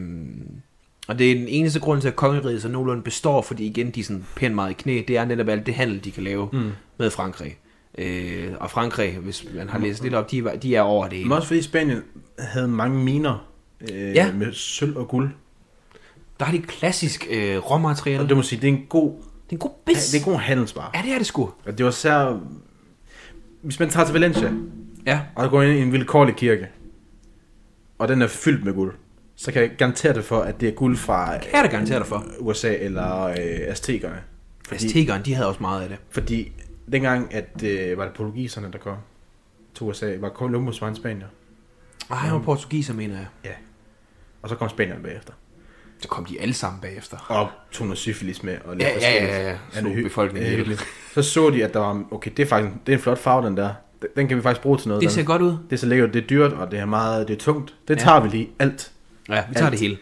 Speaker 1: og det er den eneste grund til, at kongeriget så nogenlunde består, fordi igen, de er sådan pænt meget i knæ. Det er netop alt det handel, de kan lave mm. med Frankrig. Øh, og Frankrig, hvis man har læst lidt op, de, var- de er over det hele.
Speaker 2: Men også fordi Spanien havde mange miner øh, ja.
Speaker 1: Ja.
Speaker 2: med sølv og guld.
Speaker 1: Der er det klassisk øh,
Speaker 2: Og
Speaker 1: råmateriale.
Speaker 2: det må sige, det er en god,
Speaker 1: Det er en god
Speaker 2: ja,
Speaker 1: bis.
Speaker 2: det er en god handelsvare.
Speaker 1: Ja, det er det sgu.
Speaker 2: Og det var sær... Hvis man tager til Valencia,
Speaker 1: Ja.
Speaker 2: og der går ind i en vilkårlig kirke, og den er fyldt med guld, så kan jeg garantere dig for, at det er guld fra øh,
Speaker 1: Kan jeg da garantere dig for.
Speaker 2: USA eller øh, Aztekerne. Fordi,
Speaker 1: Aztekerne, Altså, de havde også meget af det.
Speaker 2: fordi dengang, at øh, var det portugiserne, der kom til USA, var Columbus var en spanier,
Speaker 1: Og han var
Speaker 2: Mm.
Speaker 1: portugiser, mener jeg.
Speaker 2: og så kom spanierne bagefter.
Speaker 1: Så kom de alle sammen bagefter.
Speaker 2: og tog noget syfilis med. Og
Speaker 1: Ja,
Speaker 2: lidt
Speaker 1: ja, ja,
Speaker 2: forskelligt.
Speaker 1: ja, ja.
Speaker 2: Ja,
Speaker 1: Slog
Speaker 2: det er hy-
Speaker 1: befolkningen
Speaker 2: det er
Speaker 1: ihjel.
Speaker 2: hyggeligt. Så så de, at der var, okay, det er faktisk det er en flot farve, den der. Den- Den kan vi faktisk bruge til noget.
Speaker 1: Det
Speaker 2: den.
Speaker 1: ser godt ud.
Speaker 2: det er så lækkert, det er dyrt, og det er meget, det er tungt. Det
Speaker 1: Ja.
Speaker 2: tager vi lige alt.
Speaker 1: Ja, vi tager det hele.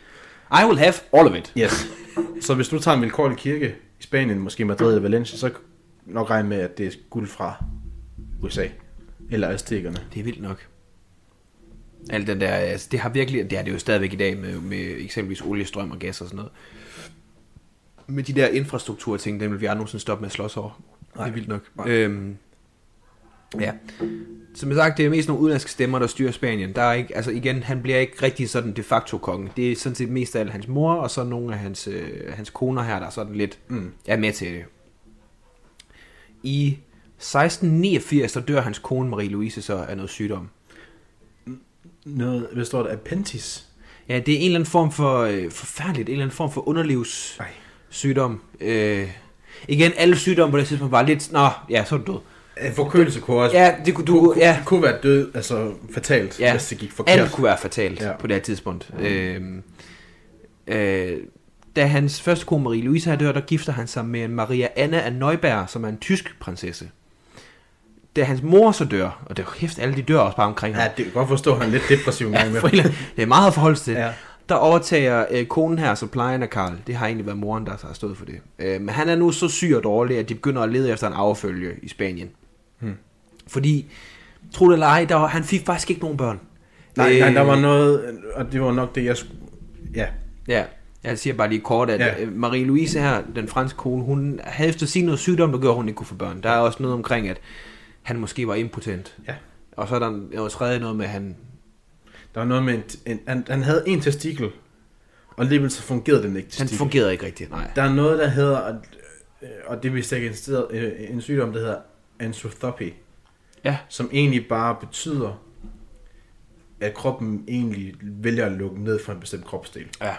Speaker 1: I will have all of it.
Speaker 2: Yes. så hvis du tager en vilkårlig kirke i Spanien, måske Madrid eller Valencia, så nok regne med, at det er guld fra USA. Eller aztekerne.
Speaker 1: Det er vildt nok. Alt den der, altså, det har virkelig, det er det jo stadigvæk i dag med, med eksempelvis olie, strøm og gas og sådan noget. Men de der infrastrukturting, dem vil vi aldrig nogensinde stoppe med at slås over. Nej, det er vildt nok.
Speaker 2: Nej.
Speaker 1: Øhm, ja. Som sagt, det er mest nogle udenlandske stemmer, der styrer Spanien. Der er ikke, altså igen, han bliver ikke rigtig sådan de facto konge. Det er sådan set mest af alt hans mor, og så nogle af hans, øh, hans koner her, der er sådan lidt mm. er med til det. I 1689, der dør hans kone Marie-Louise så af noget sygdom.
Speaker 2: Noget, hvad står der? Appentis?
Speaker 1: Ja, det er en eller anden form for øh, forfærdeligt, en eller anden form for underlivssygdom.
Speaker 2: Nej.
Speaker 1: Øh, Igen, alle sygdomme på det tidspunkt var lidt, nå, ja, så er du død.
Speaker 2: Øh, Forkølelse kunne også
Speaker 1: Ja, det kunne du, ja.
Speaker 2: kunne være død, altså fatalt,
Speaker 1: Ja.
Speaker 2: ja. hvis det gik forkert.
Speaker 1: Alt kunne være fatalt ja.
Speaker 2: Ja.
Speaker 1: på det her tidspunkt. Mm. Øhm, øh, da hans første kone Marie Louise har dør, der gifter han sig med en Maria Anna af Neuberg, som er en tysk prinsesse. Da hans mor så dør, og det er jo kæft, alle de dør også bare omkring ham.
Speaker 2: Ja, det kan godt forstå, at han er lidt depressiv en gang
Speaker 1: Ja, for
Speaker 2: imellem.
Speaker 1: helvede. det er meget at forholde sig til. Ja.
Speaker 2: Ja.
Speaker 1: Der overtager øh, konen her, så plejen af Karl. Det har egentlig været moren, der har stået for det. Øh, men han er nu så syg og dårlig, at de begynder at lede efter en affølge i Spanien.
Speaker 2: Hmm.
Speaker 1: Fordi, tro det eller ej, der var, han fik faktisk ikke nogen børn.
Speaker 2: Nej,
Speaker 1: Øh,
Speaker 2: nej, der var noget, og det var nok det, jeg skulle... Ja,
Speaker 1: Ja, jeg siger bare lige kort, at
Speaker 2: Ja.
Speaker 1: ja. Marie-Louise her, den franske kone, hun havde efter sin noget sygdom, der gør, at hun ikke kunne få børn. Der er også noget omkring, at han måske var impotent.
Speaker 2: Ja.
Speaker 1: Og så er der en- også tredje noget med, at han...
Speaker 2: der var noget med, en, en, han, han havde en testikel, og alligevel så fungerede den ikke
Speaker 1: Han
Speaker 2: testikel.
Speaker 1: fungerede ikke rigtigt, nej.
Speaker 2: Der er noget, der hedder, og- og det er vist ikke en, sted, øh, en sygdom, der hedder anthropathy.
Speaker 1: Ja.
Speaker 2: Som egentlig bare betyder, at kroppen egentlig vælger at lukke ned for en bestemt kropsdel.
Speaker 1: Ja.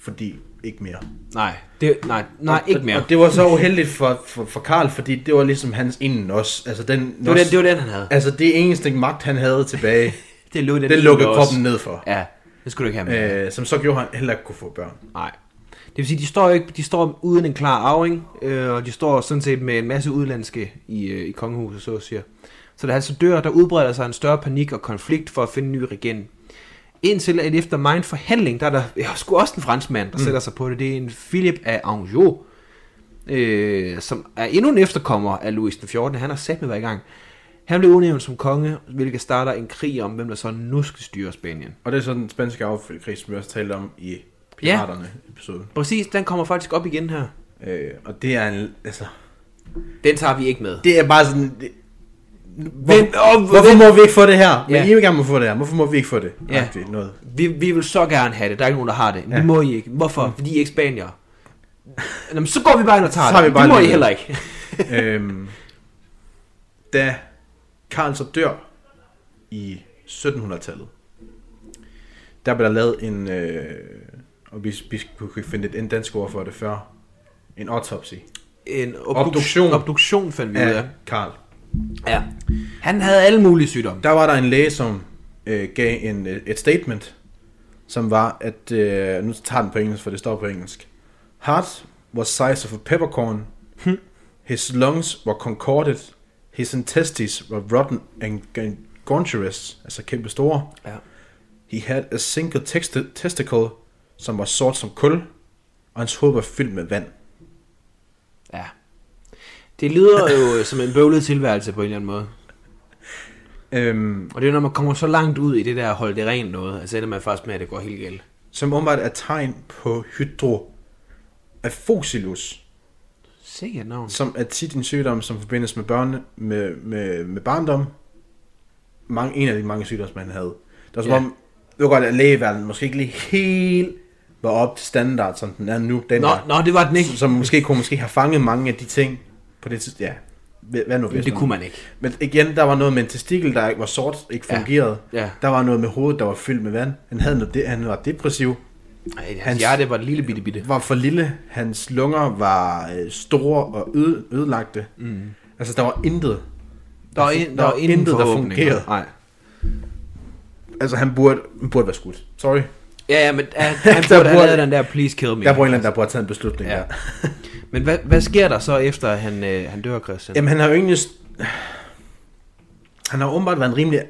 Speaker 2: Fordi ikke mere.
Speaker 1: Nej, det, nej, nej
Speaker 2: og,
Speaker 1: ikke mere.
Speaker 2: Og det var så uheldigt for, for, for Karl, fordi det var ligesom hans inden også. Altså, den,
Speaker 1: Det var, den, det var den, han havde.
Speaker 2: altså det eneste magt, han havde tilbage,
Speaker 1: Det lå den,
Speaker 2: den
Speaker 1: i
Speaker 2: lukkede
Speaker 1: også.
Speaker 2: kroppen ned for.
Speaker 1: Ja, det skulle du ikke have med. Øh.
Speaker 2: Øh, som så gjorde, at han heller ikke kunne få børn.
Speaker 1: Nej. Det vil sige, de står, jo ikke, de står uden en klar arving, øh, og de står sådan set med en masse udlandske i, øh, i kongehuset, så at sige. Så da han så dør, der udbreder sig en større panik og konflikt for at finde en ny regent. Indtil at efter meget forhandling, der er der ja, sgu også en fransk mand, der mm. sætter sig på det. Det er en Philip af Anjou, øh, som er endnu en efterkommer af Louis den 14. Han har sat med været i gang. Han blev udnævnt som konge, hvilket starter en krig om, hvem der så nu skal styre Spanien.
Speaker 2: Og det er så den spanske affaldkrig, som vi også talte om i Piraterne-episoden.
Speaker 1: Præcis, den kommer faktisk op igen her.
Speaker 2: Øh, og det er en, altså,
Speaker 1: Den tager vi ikke med.
Speaker 2: det er bare sådan, det, hvor,
Speaker 1: Hvem- og
Speaker 2: hvorfor må vi ikke få det her? Men
Speaker 1: Ja.
Speaker 2: ja. I vil gerne må få det her, hvorfor må vi ikke få det?
Speaker 1: Ja.
Speaker 2: Agtigt Noget.
Speaker 1: Vi, vi vil så gerne have det. Der er ikke nogen, der har det. Ja.
Speaker 2: Ja.
Speaker 1: Vi må I ikke. Hvorfor? Mm. Fordi I er ikke spanier. Jamen, så går vi bare ind og tager
Speaker 2: Så tager
Speaker 1: det.
Speaker 2: vi bare
Speaker 1: det må I
Speaker 2: lige-
Speaker 1: heller ikke.
Speaker 2: øhm, da Karl så dør i 1700-tallet, der blev der lavet en, øh, og vi, vi kunne ikke finde et en dansk ord for det før, en autopsy
Speaker 1: En obduk-
Speaker 2: Obduktion.
Speaker 1: Obduktion fandt vi ud af.
Speaker 2: af Karl.
Speaker 1: Ja. Han havde alle mulige sygdomme.
Speaker 2: Der var der en læge, som øh, gav en, øh, et statement, som var, at, øh, nu tager den på engelsk, for det står på engelsk. Heart was size of a peppercorn. Hm. His lungs were concorded. His intestines were rotten and goncherous, altså kæmpe store.
Speaker 1: Ja.
Speaker 2: He had a single testi- testicle, som var sort som kul, og hans hoved var fyldt med vand.
Speaker 1: ja. Det lyder jo øh, som en bøvlet tilværelse på en eller anden måde.
Speaker 2: Øhm,
Speaker 1: Og det er når man kommer så langt ud i det der hold det rent noget, altså ender man faktisk med, at det går helt galt.
Speaker 2: som åbenbart er tegn på hydroafosilus,
Speaker 1: Sikkert navn.
Speaker 2: som er tit en sygdom, som forbindes med, børne, med, med, med barndom. Mange, en af de mange sygdomme, man havde. Det var som
Speaker 1: Ja.
Speaker 2: ja. om, det var godt, at lægeverdenen måske ikke lige helt var op til standard, som den er nu. Den
Speaker 1: Nå,
Speaker 2: er,
Speaker 1: nå, det var den ikke.
Speaker 2: som, som måske kunne måske have fanget mange af de ting på det tidspunkt. Ja, hvad hvad nu
Speaker 1: Men
Speaker 2: hvis
Speaker 1: det
Speaker 2: man-
Speaker 1: kunne man ikke.
Speaker 2: Men igen, der var noget med en testikel, der ikke var sort, ikke
Speaker 1: Ja.
Speaker 2: fungerede.
Speaker 1: Ja.
Speaker 2: Der var noget med hovedet, der var fyldt med vand. Han, havde noget, det, han var depressiv.
Speaker 1: Ej, hans,
Speaker 2: Hans-
Speaker 1: hjerte var et lille bitte bitte.
Speaker 2: var for lille, hans lunger var øh, store og øde, ødelagte. Mm. Altså, der var intet.
Speaker 1: Der var,
Speaker 2: der
Speaker 1: in, Altså, der var
Speaker 2: var
Speaker 1: ingen
Speaker 2: intet, der
Speaker 1: forhåbninger.
Speaker 2: fungerede.
Speaker 1: Nej.
Speaker 2: Altså, han burde, han burde være skudt. Sorry.
Speaker 1: Ja, ja, men han, han
Speaker 2: Der
Speaker 1: burde have
Speaker 2: burde-
Speaker 1: lavet den der please kill me.
Speaker 2: Der var en eller anden, der burde have taget en beslutning.
Speaker 1: Ja.
Speaker 2: Ja. Der.
Speaker 1: Men hvad, hvad sker der så efter, at han, øh, han dør, Christian?
Speaker 2: Jamen, han har jo egentlig... st- Han har åbenbart været en rimelig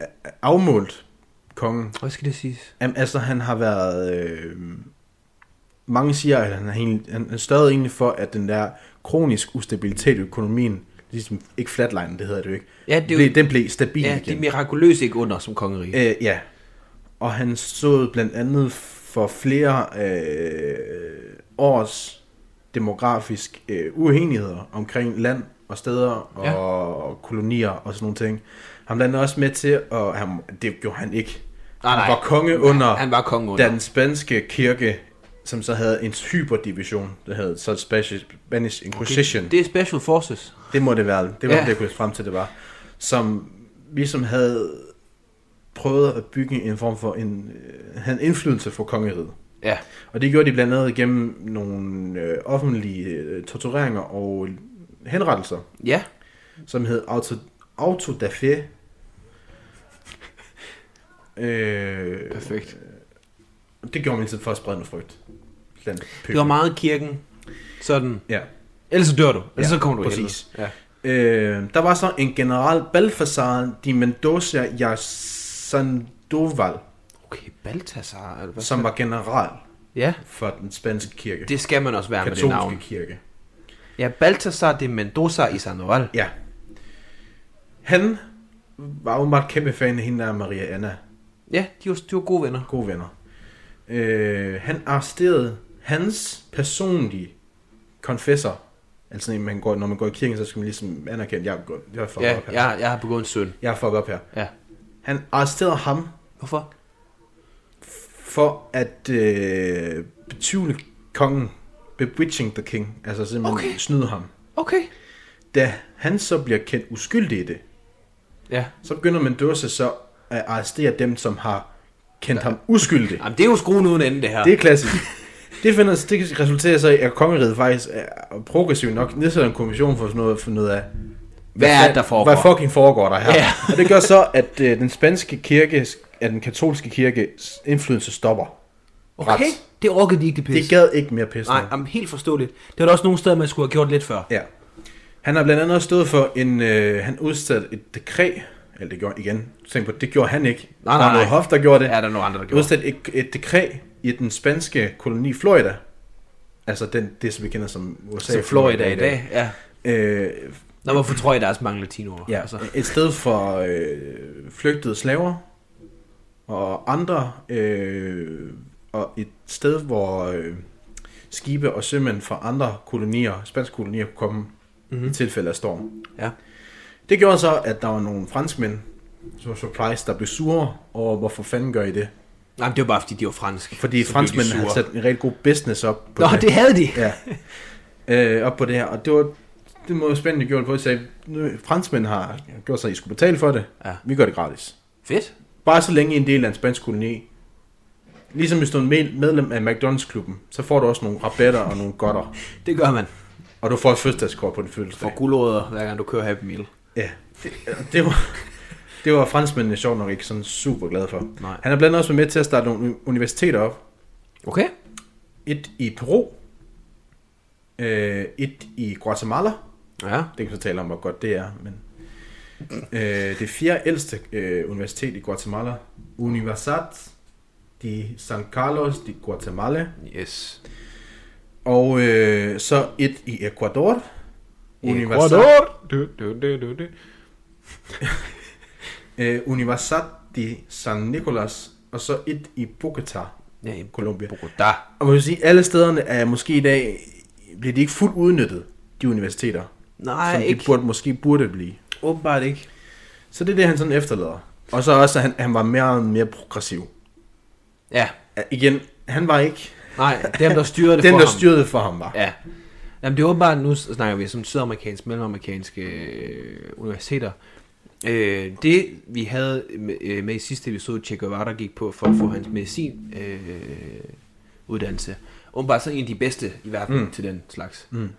Speaker 2: afmålt konge.
Speaker 1: Hvad skal det siges?
Speaker 2: Jamen, altså, han har været... Øh, mange siger, at han har egentlig, han han størrede egentlig for, at den der kronisk ustabilitet i økonomien, ligesom ikke flatline, det hedder det jo ikke,
Speaker 1: Ja, det er jo-
Speaker 2: blev, den blev stabil
Speaker 1: Ja,
Speaker 2: igen.
Speaker 1: det er mirakuløst ikke under som kongerige.
Speaker 2: Øh, ja. Og han stod blandt andet for flere øh, års demografisk øh, uenigheder omkring land og steder og,
Speaker 1: Ja.
Speaker 2: ja. og kolonier og sådan nogle ting. Han blandt andet også med til, og han, det gjorde han ikke.
Speaker 1: Nej,
Speaker 2: han
Speaker 1: nej.
Speaker 2: var konge under,
Speaker 1: han var konge Øh, under.
Speaker 2: under den spanske kirke, som så havde en hyperdivision, der hed så Spanish, Spanish Inquisition.
Speaker 1: Det, det er special forces.
Speaker 2: Det må det være. Det
Speaker 1: Ja.
Speaker 2: var ja. det, jeg kunne frem til, det var. Som ligesom havde prøvet at bygge en form for en, øh, havde en indflydelse for kongeriget.
Speaker 1: Ja,
Speaker 2: Og det gjorde de blandt andet gennem nogle øh, offentlige øh, tortureringer og henrettelser,
Speaker 1: Ja.
Speaker 2: som hed auto, auto da Fe. Øh,
Speaker 1: Perfekt.
Speaker 2: det gjorde man altid for at sprede noget frygt. Blandt
Speaker 1: Det var meget kirken. Sådan.
Speaker 2: Ja.
Speaker 1: Ellers så dør du. Ellers
Speaker 2: Ja,
Speaker 1: så kommer du i
Speaker 2: præcis.
Speaker 1: helvede. Ja.
Speaker 2: Øh, der var så en general Balthasar de Mendoza y Sandoval,
Speaker 1: Okay, Baltasar. Eller hvad?
Speaker 2: som var general
Speaker 1: Ja,
Speaker 2: for den spanske kirke.
Speaker 1: det skal man også være med det navn.
Speaker 2: katolske kirke.
Speaker 1: Ja, Baltasar de Mendoza i Sandoval.
Speaker 2: Ja. Han var åbenbart kæmpe fan af hende der Maria Anna.
Speaker 1: Ja, de var, de var gode venner.
Speaker 2: Gode venner. Øh, han arresterede hans personlige konfessor. Altså når man går, når man går i kirken, så skal man ligesom anerkende, jeg er, gået- jeg er fucket
Speaker 1: Ja,
Speaker 2: op her.
Speaker 1: jeg, jeg har begået en synd.
Speaker 2: Jeg er fucket op her.
Speaker 1: Ja.
Speaker 2: Han arresterede ham
Speaker 1: Hvorfor?
Speaker 2: for at øh, betyvle kongen, bewitching the king, altså simpelthen
Speaker 1: Okay.
Speaker 2: okay. snyde ham.
Speaker 1: Okay.
Speaker 2: Da han så bliver kendt uskyldig i det,
Speaker 1: Ja.
Speaker 2: så begynder Mendoza så at arrestere dem, som har kendt ham uskyldig.
Speaker 1: Jamen, det er jo skruen uden ende, det her.
Speaker 2: Det er klassisk. Det, finder, det resulterer så i, at kongeriget faktisk er progressivt nok nedsætter en kommission for sådan noget, for noget af,
Speaker 1: Hvad er det, der foregår?
Speaker 2: Hvad fucking foregår der her?
Speaker 1: Ja.
Speaker 2: Og det gør så, at øh, den spanske kirke, at den katolske kirkes indflydelse stopper.
Speaker 1: Okay, det orkede de ikke, det pis.
Speaker 2: Det gad ikke mere pisse.
Speaker 1: Nej, jamen, helt forståeligt. Det var der også nogle steder, man skulle have gjort lidt før.
Speaker 2: Ja. Han har blandt andet også stået for en... Øh, han udstedte et dekret. Eller det gjorde igen. Tænk på, det gjorde han ikke.
Speaker 1: Nej,
Speaker 2: Der
Speaker 1: nej,
Speaker 2: var noget
Speaker 1: nej.
Speaker 2: hof, der gjorde det.
Speaker 1: Ja, der er nogle andre, der gjorde.
Speaker 2: udstedte et, et dekret i den spanske koloni Florida. Altså den, det, som vi kender som
Speaker 1: Så
Speaker 2: USA.
Speaker 1: Altså Florida i dag, ja.
Speaker 2: Øh,
Speaker 1: Når man fortrøjer, der er så mange latinoer.
Speaker 2: ja,
Speaker 1: Altså.
Speaker 2: et sted for øh, flygtede slaver og andre. Øh, og et sted, hvor øh, skibe og sømænd fra andre kolonier, spanske kolonier, kunne komme
Speaker 1: Mhm.
Speaker 2: mm-hmm. i tilfælde af storm.
Speaker 1: Ja.
Speaker 2: Det gjorde så, at der var nogle franskmænd, som var surprise, der blev sure over, hvorfor fanden gør I det?
Speaker 1: Nej, det var bare, fordi de var fransk.
Speaker 2: Fordi
Speaker 1: Så blev
Speaker 2: franskmændene
Speaker 1: de
Speaker 2: havde
Speaker 1: sure.
Speaker 2: sat en rigtig god business op på
Speaker 1: Nå,
Speaker 2: det.
Speaker 1: det havde de.
Speaker 2: Ja. Øh, op på det her, og det var det måde spændende gjort på, at sagde, nu, franskmænd har gjort sig, at I skulle betale for det.
Speaker 1: Ja.
Speaker 2: Vi gør det gratis.
Speaker 1: Fedt.
Speaker 2: Bare så længe I er en del af en spansk koloni. Ligesom hvis du er en med- medlem af McDonald's-klubben, så får du også nogle rabatter og nogle godter.
Speaker 1: Det gør man.
Speaker 2: Og du får et fødselsdagskort på din
Speaker 1: For
Speaker 2: fødselsdag.
Speaker 1: guldråder, hver gang du kører Happy Meal.
Speaker 2: Ja, det, det var... Det var franskmændene sjovt nok ikke sådan super glade for.
Speaker 1: Nej.
Speaker 2: Han er blandt andet også været med til at starte nogle uni- universiteter op.
Speaker 1: Okay.
Speaker 2: Et i Peru, øh, et i Guatemala.
Speaker 1: Ja.
Speaker 2: Det kan vi så tale om, hvor godt det er. Men, øh, det fjerde ældste øh, universitet i Guatemala, Universidad de San Carlos de Guatemala.
Speaker 1: Yes.
Speaker 2: Og øh, så et i Ecuador. Universidad,
Speaker 1: Ecuador. Du, du, du, du, du.
Speaker 2: øh, Universidad de San Nicolas. Og så et i Bogota,
Speaker 1: Ja, i
Speaker 2: Colombia.
Speaker 1: Bogota.
Speaker 2: Og man vil sige, alle stederne er måske i dag, bliver de ikke fuldt udnyttet, de universiteter,
Speaker 1: Nej,
Speaker 2: som
Speaker 1: ikke.
Speaker 2: de burde, måske burde blive.
Speaker 1: Åbenbart ikke.
Speaker 2: Så det er det, han sådan efterlader. Og så også, at han, han var mere og mere progressiv.
Speaker 1: Ja,
Speaker 2: Ja, igen, han var ikke
Speaker 1: nej, dem, der styrede det
Speaker 2: den,
Speaker 1: for
Speaker 2: der
Speaker 1: ham.
Speaker 2: styrede for ham, var.
Speaker 1: Ja. Jamen, det er åbenbart, nu snakker vi som sydamerikanske, mellemamerikanske øh, universiteter. Øh, det, vi havde med, øh, med i sidste episode, Che Guevara gik på for at få hans medicin øh, uddannelse. Åbenbart så en af de bedste i verden mm. til den slags. Mm.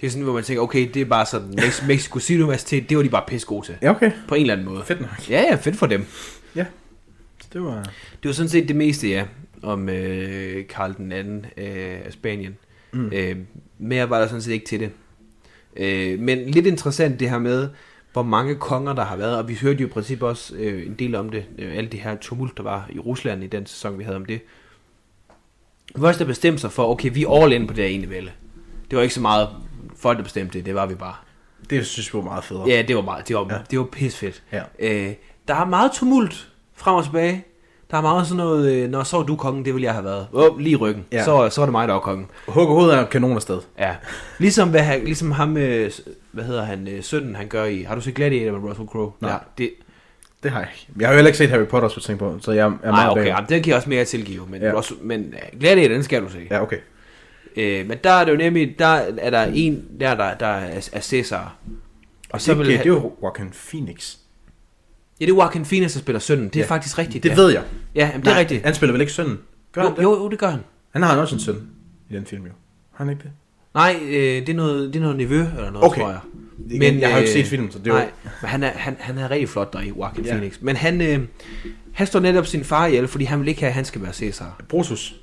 Speaker 1: Det er sådan, hvor man tænker, okay, det er bare sådan, Mex- Mexico City Universitet, det var de bare pisse gode til.
Speaker 2: Ja, okay.
Speaker 1: På en eller anden måde.
Speaker 2: Fedt nok.
Speaker 1: Ja, ja, fedt for dem.
Speaker 2: Ja. Det var...
Speaker 1: Det var sådan set det meste, ja, om øh, Karl den anden øh, af Spanien. Mm. Øh, mere var der sådan set ikke til det. Øh, men lidt interessant det her med, hvor mange konger der har været, og vi hørte jo i princippet også øh, en del om det, øh, alle de her tumult, der var i Rusland i den sæson, vi havde om det. Først der bestemte sig for, okay, vi er all in på det her ene vælge. Det var ikke så meget folk, der bestemte det, det var vi bare.
Speaker 2: Det synes jeg var meget federe.
Speaker 1: Ja, det var meget. Det var, ja. det var pisfedt.
Speaker 2: Ja.
Speaker 1: Øh, der er meget tumult frem og tilbage. Der er meget sådan noget, øh, når så var du kongen, det ville jeg have været. Åh, lige i ryggen. Ja.
Speaker 2: Ja.
Speaker 1: Så, så var det mig, der var kongen.
Speaker 2: Hugge hovedet er et kanon afsted.
Speaker 1: Ja. Ligesom, hvad, han- ligesom ham, øh, s- hvad hedder han, øh, sønnen, han gør i... Har du set Gladiator med Russell Crowe?
Speaker 2: Nej.
Speaker 1: Ja, det,
Speaker 2: Det har jeg ikke. Jeg har jo heller ikke set Harry Potter, skulle jeg tænke på, så jeg er
Speaker 1: nej,
Speaker 2: meget
Speaker 1: okay,
Speaker 2: bag.
Speaker 1: jamen, den kan jeg også mere tilgive, men, ja.
Speaker 2: Ja.
Speaker 1: Russell, men øh, Gladiator, den skal du se. Ja.
Speaker 2: Ja, okay.
Speaker 1: Øh, men der er det jo nemlig, der er der en der, der, der er, er Cæsar. Og så
Speaker 2: det,
Speaker 1: vil
Speaker 2: det,
Speaker 1: han,
Speaker 2: det er jo Joaquin Phoenix.
Speaker 1: ja, det er Joaquin Phoenix, der spiller sønnen. Det er ja.
Speaker 2: Ja.
Speaker 1: faktisk rigtigt.
Speaker 2: Det
Speaker 1: ja.
Speaker 2: ved jeg.
Speaker 1: Ja, jamen, det er
Speaker 2: Nej,
Speaker 1: rigtigt.
Speaker 2: Han spiller vel ikke sønnen? Gør han
Speaker 1: Jo,
Speaker 2: det?
Speaker 1: jo, jo, det gør han.
Speaker 2: Han har han også en søn i den film, jo. Har han ikke det?
Speaker 1: Nej, øh, det, er noget, det er noget niveau eller noget,
Speaker 2: Okay.
Speaker 1: tror jeg. øh,
Speaker 2: Igen, jeg har jo ikke set filmen, så det er jo-
Speaker 1: nej, men han er, han, han er rigtig flot der i Joaquin
Speaker 2: Ja.
Speaker 1: ja. Phoenix. Men han, øh, han står netop sin far ihjel, fordi han vil ikke have, at han skal være Cæsar.
Speaker 2: Brutus.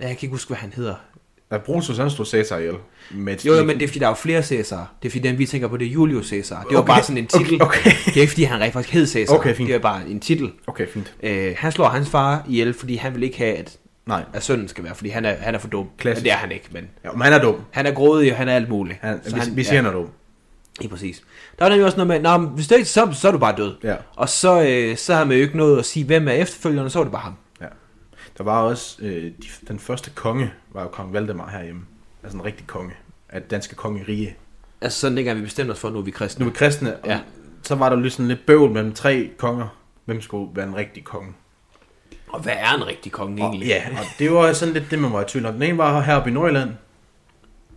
Speaker 1: Ja, Jeg kan ikke huske, hvad han hedder.
Speaker 2: Ja, Brutus, han stod Cæsar ihjel. Med et
Speaker 1: Jo, jo,
Speaker 2: kniv.
Speaker 1: men det er fordi, der er jo flere Cæsar. Det er fordi, den vi tænker på, det er Julius Cæsar. Det var
Speaker 2: Okay,
Speaker 1: bare sådan en
Speaker 2: okay,
Speaker 1: titel.
Speaker 2: okay.
Speaker 1: Det er ikke fordi, han rent faktisk hed Cæsar.
Speaker 2: Okay, fint.
Speaker 1: Det er bare en titel.
Speaker 2: Okay, fint.
Speaker 1: Øh, han slår hans far ihjel, fordi han vil ikke have, at,
Speaker 2: Nej.
Speaker 1: at sønnen skal være, fordi han er, han er for dum.
Speaker 2: Klassisk.
Speaker 1: Men det er han ikke, men
Speaker 2: Ja, men han er dum.
Speaker 1: han er grådig, og han er alt muligt.
Speaker 2: Han,
Speaker 1: Så
Speaker 2: vi, vi siger,
Speaker 1: ja.
Speaker 2: ja. han er dum.
Speaker 1: Lige præcis. Der var nemlig også noget med, Nå, men hvis du ikke, så, så er du bare død.
Speaker 2: Ja.
Speaker 1: Og så, øh, så har man jo ikke noget at sige, hvem er efterfølgeren, så var det bare ham.
Speaker 2: Ja. Der var også, øh, de, den første konge var jo kong Valdemar herhjemme. Altså en rigtig konge af det danske kongerige.
Speaker 1: Altså sådan dengang vi bestemte os for, at nu er vi
Speaker 2: Nu
Speaker 1: kristne.
Speaker 2: er vi kristne, og
Speaker 1: Ja.
Speaker 2: ja. så var der lidt sådan lidt bøvl mellem tre konger. Hvem skulle være en rigtig konge?
Speaker 1: Og hvad er en rigtig konge
Speaker 2: Og,
Speaker 1: egentlig?
Speaker 2: ja, og det var sådan lidt det, man var i tvivl om. Den ene var heroppe i Nordjylland,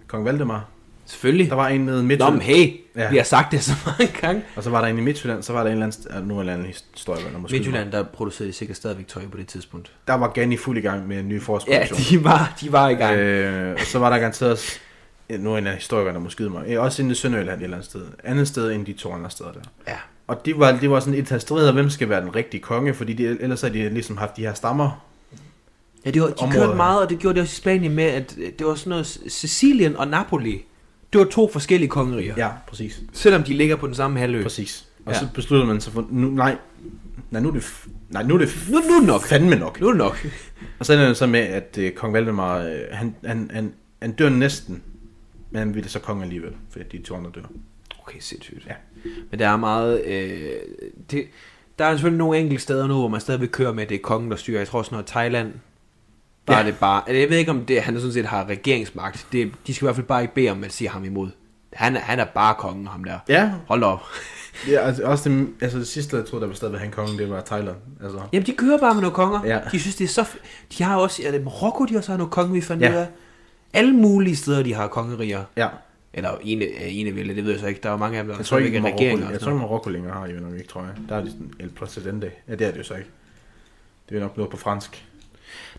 Speaker 2: kong Valdemar.
Speaker 1: Selvfølgelig.
Speaker 2: Der var en nede i
Speaker 1: Nå, men
Speaker 2: Midtjylland,
Speaker 1: hey,
Speaker 2: Ja.
Speaker 1: ja. vi har sagt det så mange gange.
Speaker 2: og så var der en i Midtjylland, så var der en eller anden... st- ah, Nu er der en historie, hvad der måske
Speaker 1: Midtjylland, der producerede de sikkert stadigvæk tøj på det tidspunkt.
Speaker 2: Der var Gani fuld i gang med en ny
Speaker 1: Ja,
Speaker 2: forårsproduktion.
Speaker 1: de var, de var i gang. Øh.
Speaker 2: Øh, og så var der garanteret også, ja, nu er en af historikerne, der må skyde mig, Øh, også inde i Sønderjylland et eller andet sted, andet sted end de to andre steder der.
Speaker 1: Ja.
Speaker 2: Og det var, det var sådan et tastrid af, hvem skal være den rigtige konge, fordi de, ellers har de ligesom haft de her stammer.
Speaker 1: Ja, det var, de
Speaker 2: Områder.
Speaker 1: kørte meget, og det gjorde det også i Spanien med, at øh, det var sådan noget, Sicilien og Napoli, det var to forskellige kongeriger. Ja.
Speaker 2: Ja, præcis.
Speaker 1: Selvom de ligger på den samme halvø.
Speaker 2: Præcis. Og
Speaker 1: Ja.
Speaker 2: så besluttede man sig for, nu, nej, nej, nu er det, f- nej, nu er det f-
Speaker 1: Nu, nu er det nok.
Speaker 2: fandme nok.
Speaker 1: Nu er det nok.
Speaker 2: Og så ender det så med, at øh, kong Valdemar, øh, han, han, han, han dør næsten, men han ville så konge alligevel, fordi de to andre dør.
Speaker 1: Okay, sindssygt.
Speaker 2: Ja.
Speaker 1: Men der er meget... Øh, det, der er selvfølgelig nogle enkelte steder nu, hvor man stadigvæk kører med, at det er kongen, der styrer. Jeg tror sådan noget Thailand. Der ja.
Speaker 2: Ja.
Speaker 1: er det bare... Altså, jeg ved ikke, om det, han sådan set har regeringsmagt. Det, de skal i hvert fald bare ikke bede om at sige ham imod. Han, er- han er bare kongen, ham der.
Speaker 2: Ja,
Speaker 1: Hold da op.
Speaker 2: Ja, altså, også det, altså det sidste, jeg troede, der var stadigvæk han kongen, det var Thailand. Altså.
Speaker 1: Jamen, de kører bare med nogle konger.
Speaker 2: Ja.
Speaker 1: De synes, det er så... F- de har også... Er det Marokko, de også har nogle konger, vi fandt
Speaker 2: Ja.
Speaker 1: ud af? Alle mulige steder, de har kongeriger.
Speaker 2: Ja,
Speaker 1: Eller ene, øh, ene ville, det ved jeg så ikke. Der er jo mange af dem, der
Speaker 2: jeg tror ikke,
Speaker 1: stadigvæk er
Speaker 2: Marokko,
Speaker 1: regeringer. og
Speaker 2: jeg
Speaker 1: sådan
Speaker 2: tror,
Speaker 1: noget.
Speaker 2: ikke, Marokko længere har I jo nok ikke, tror jeg. Der er det sådan El Presidente. Ja, det er det jo så ikke. Det er nok noget på fransk.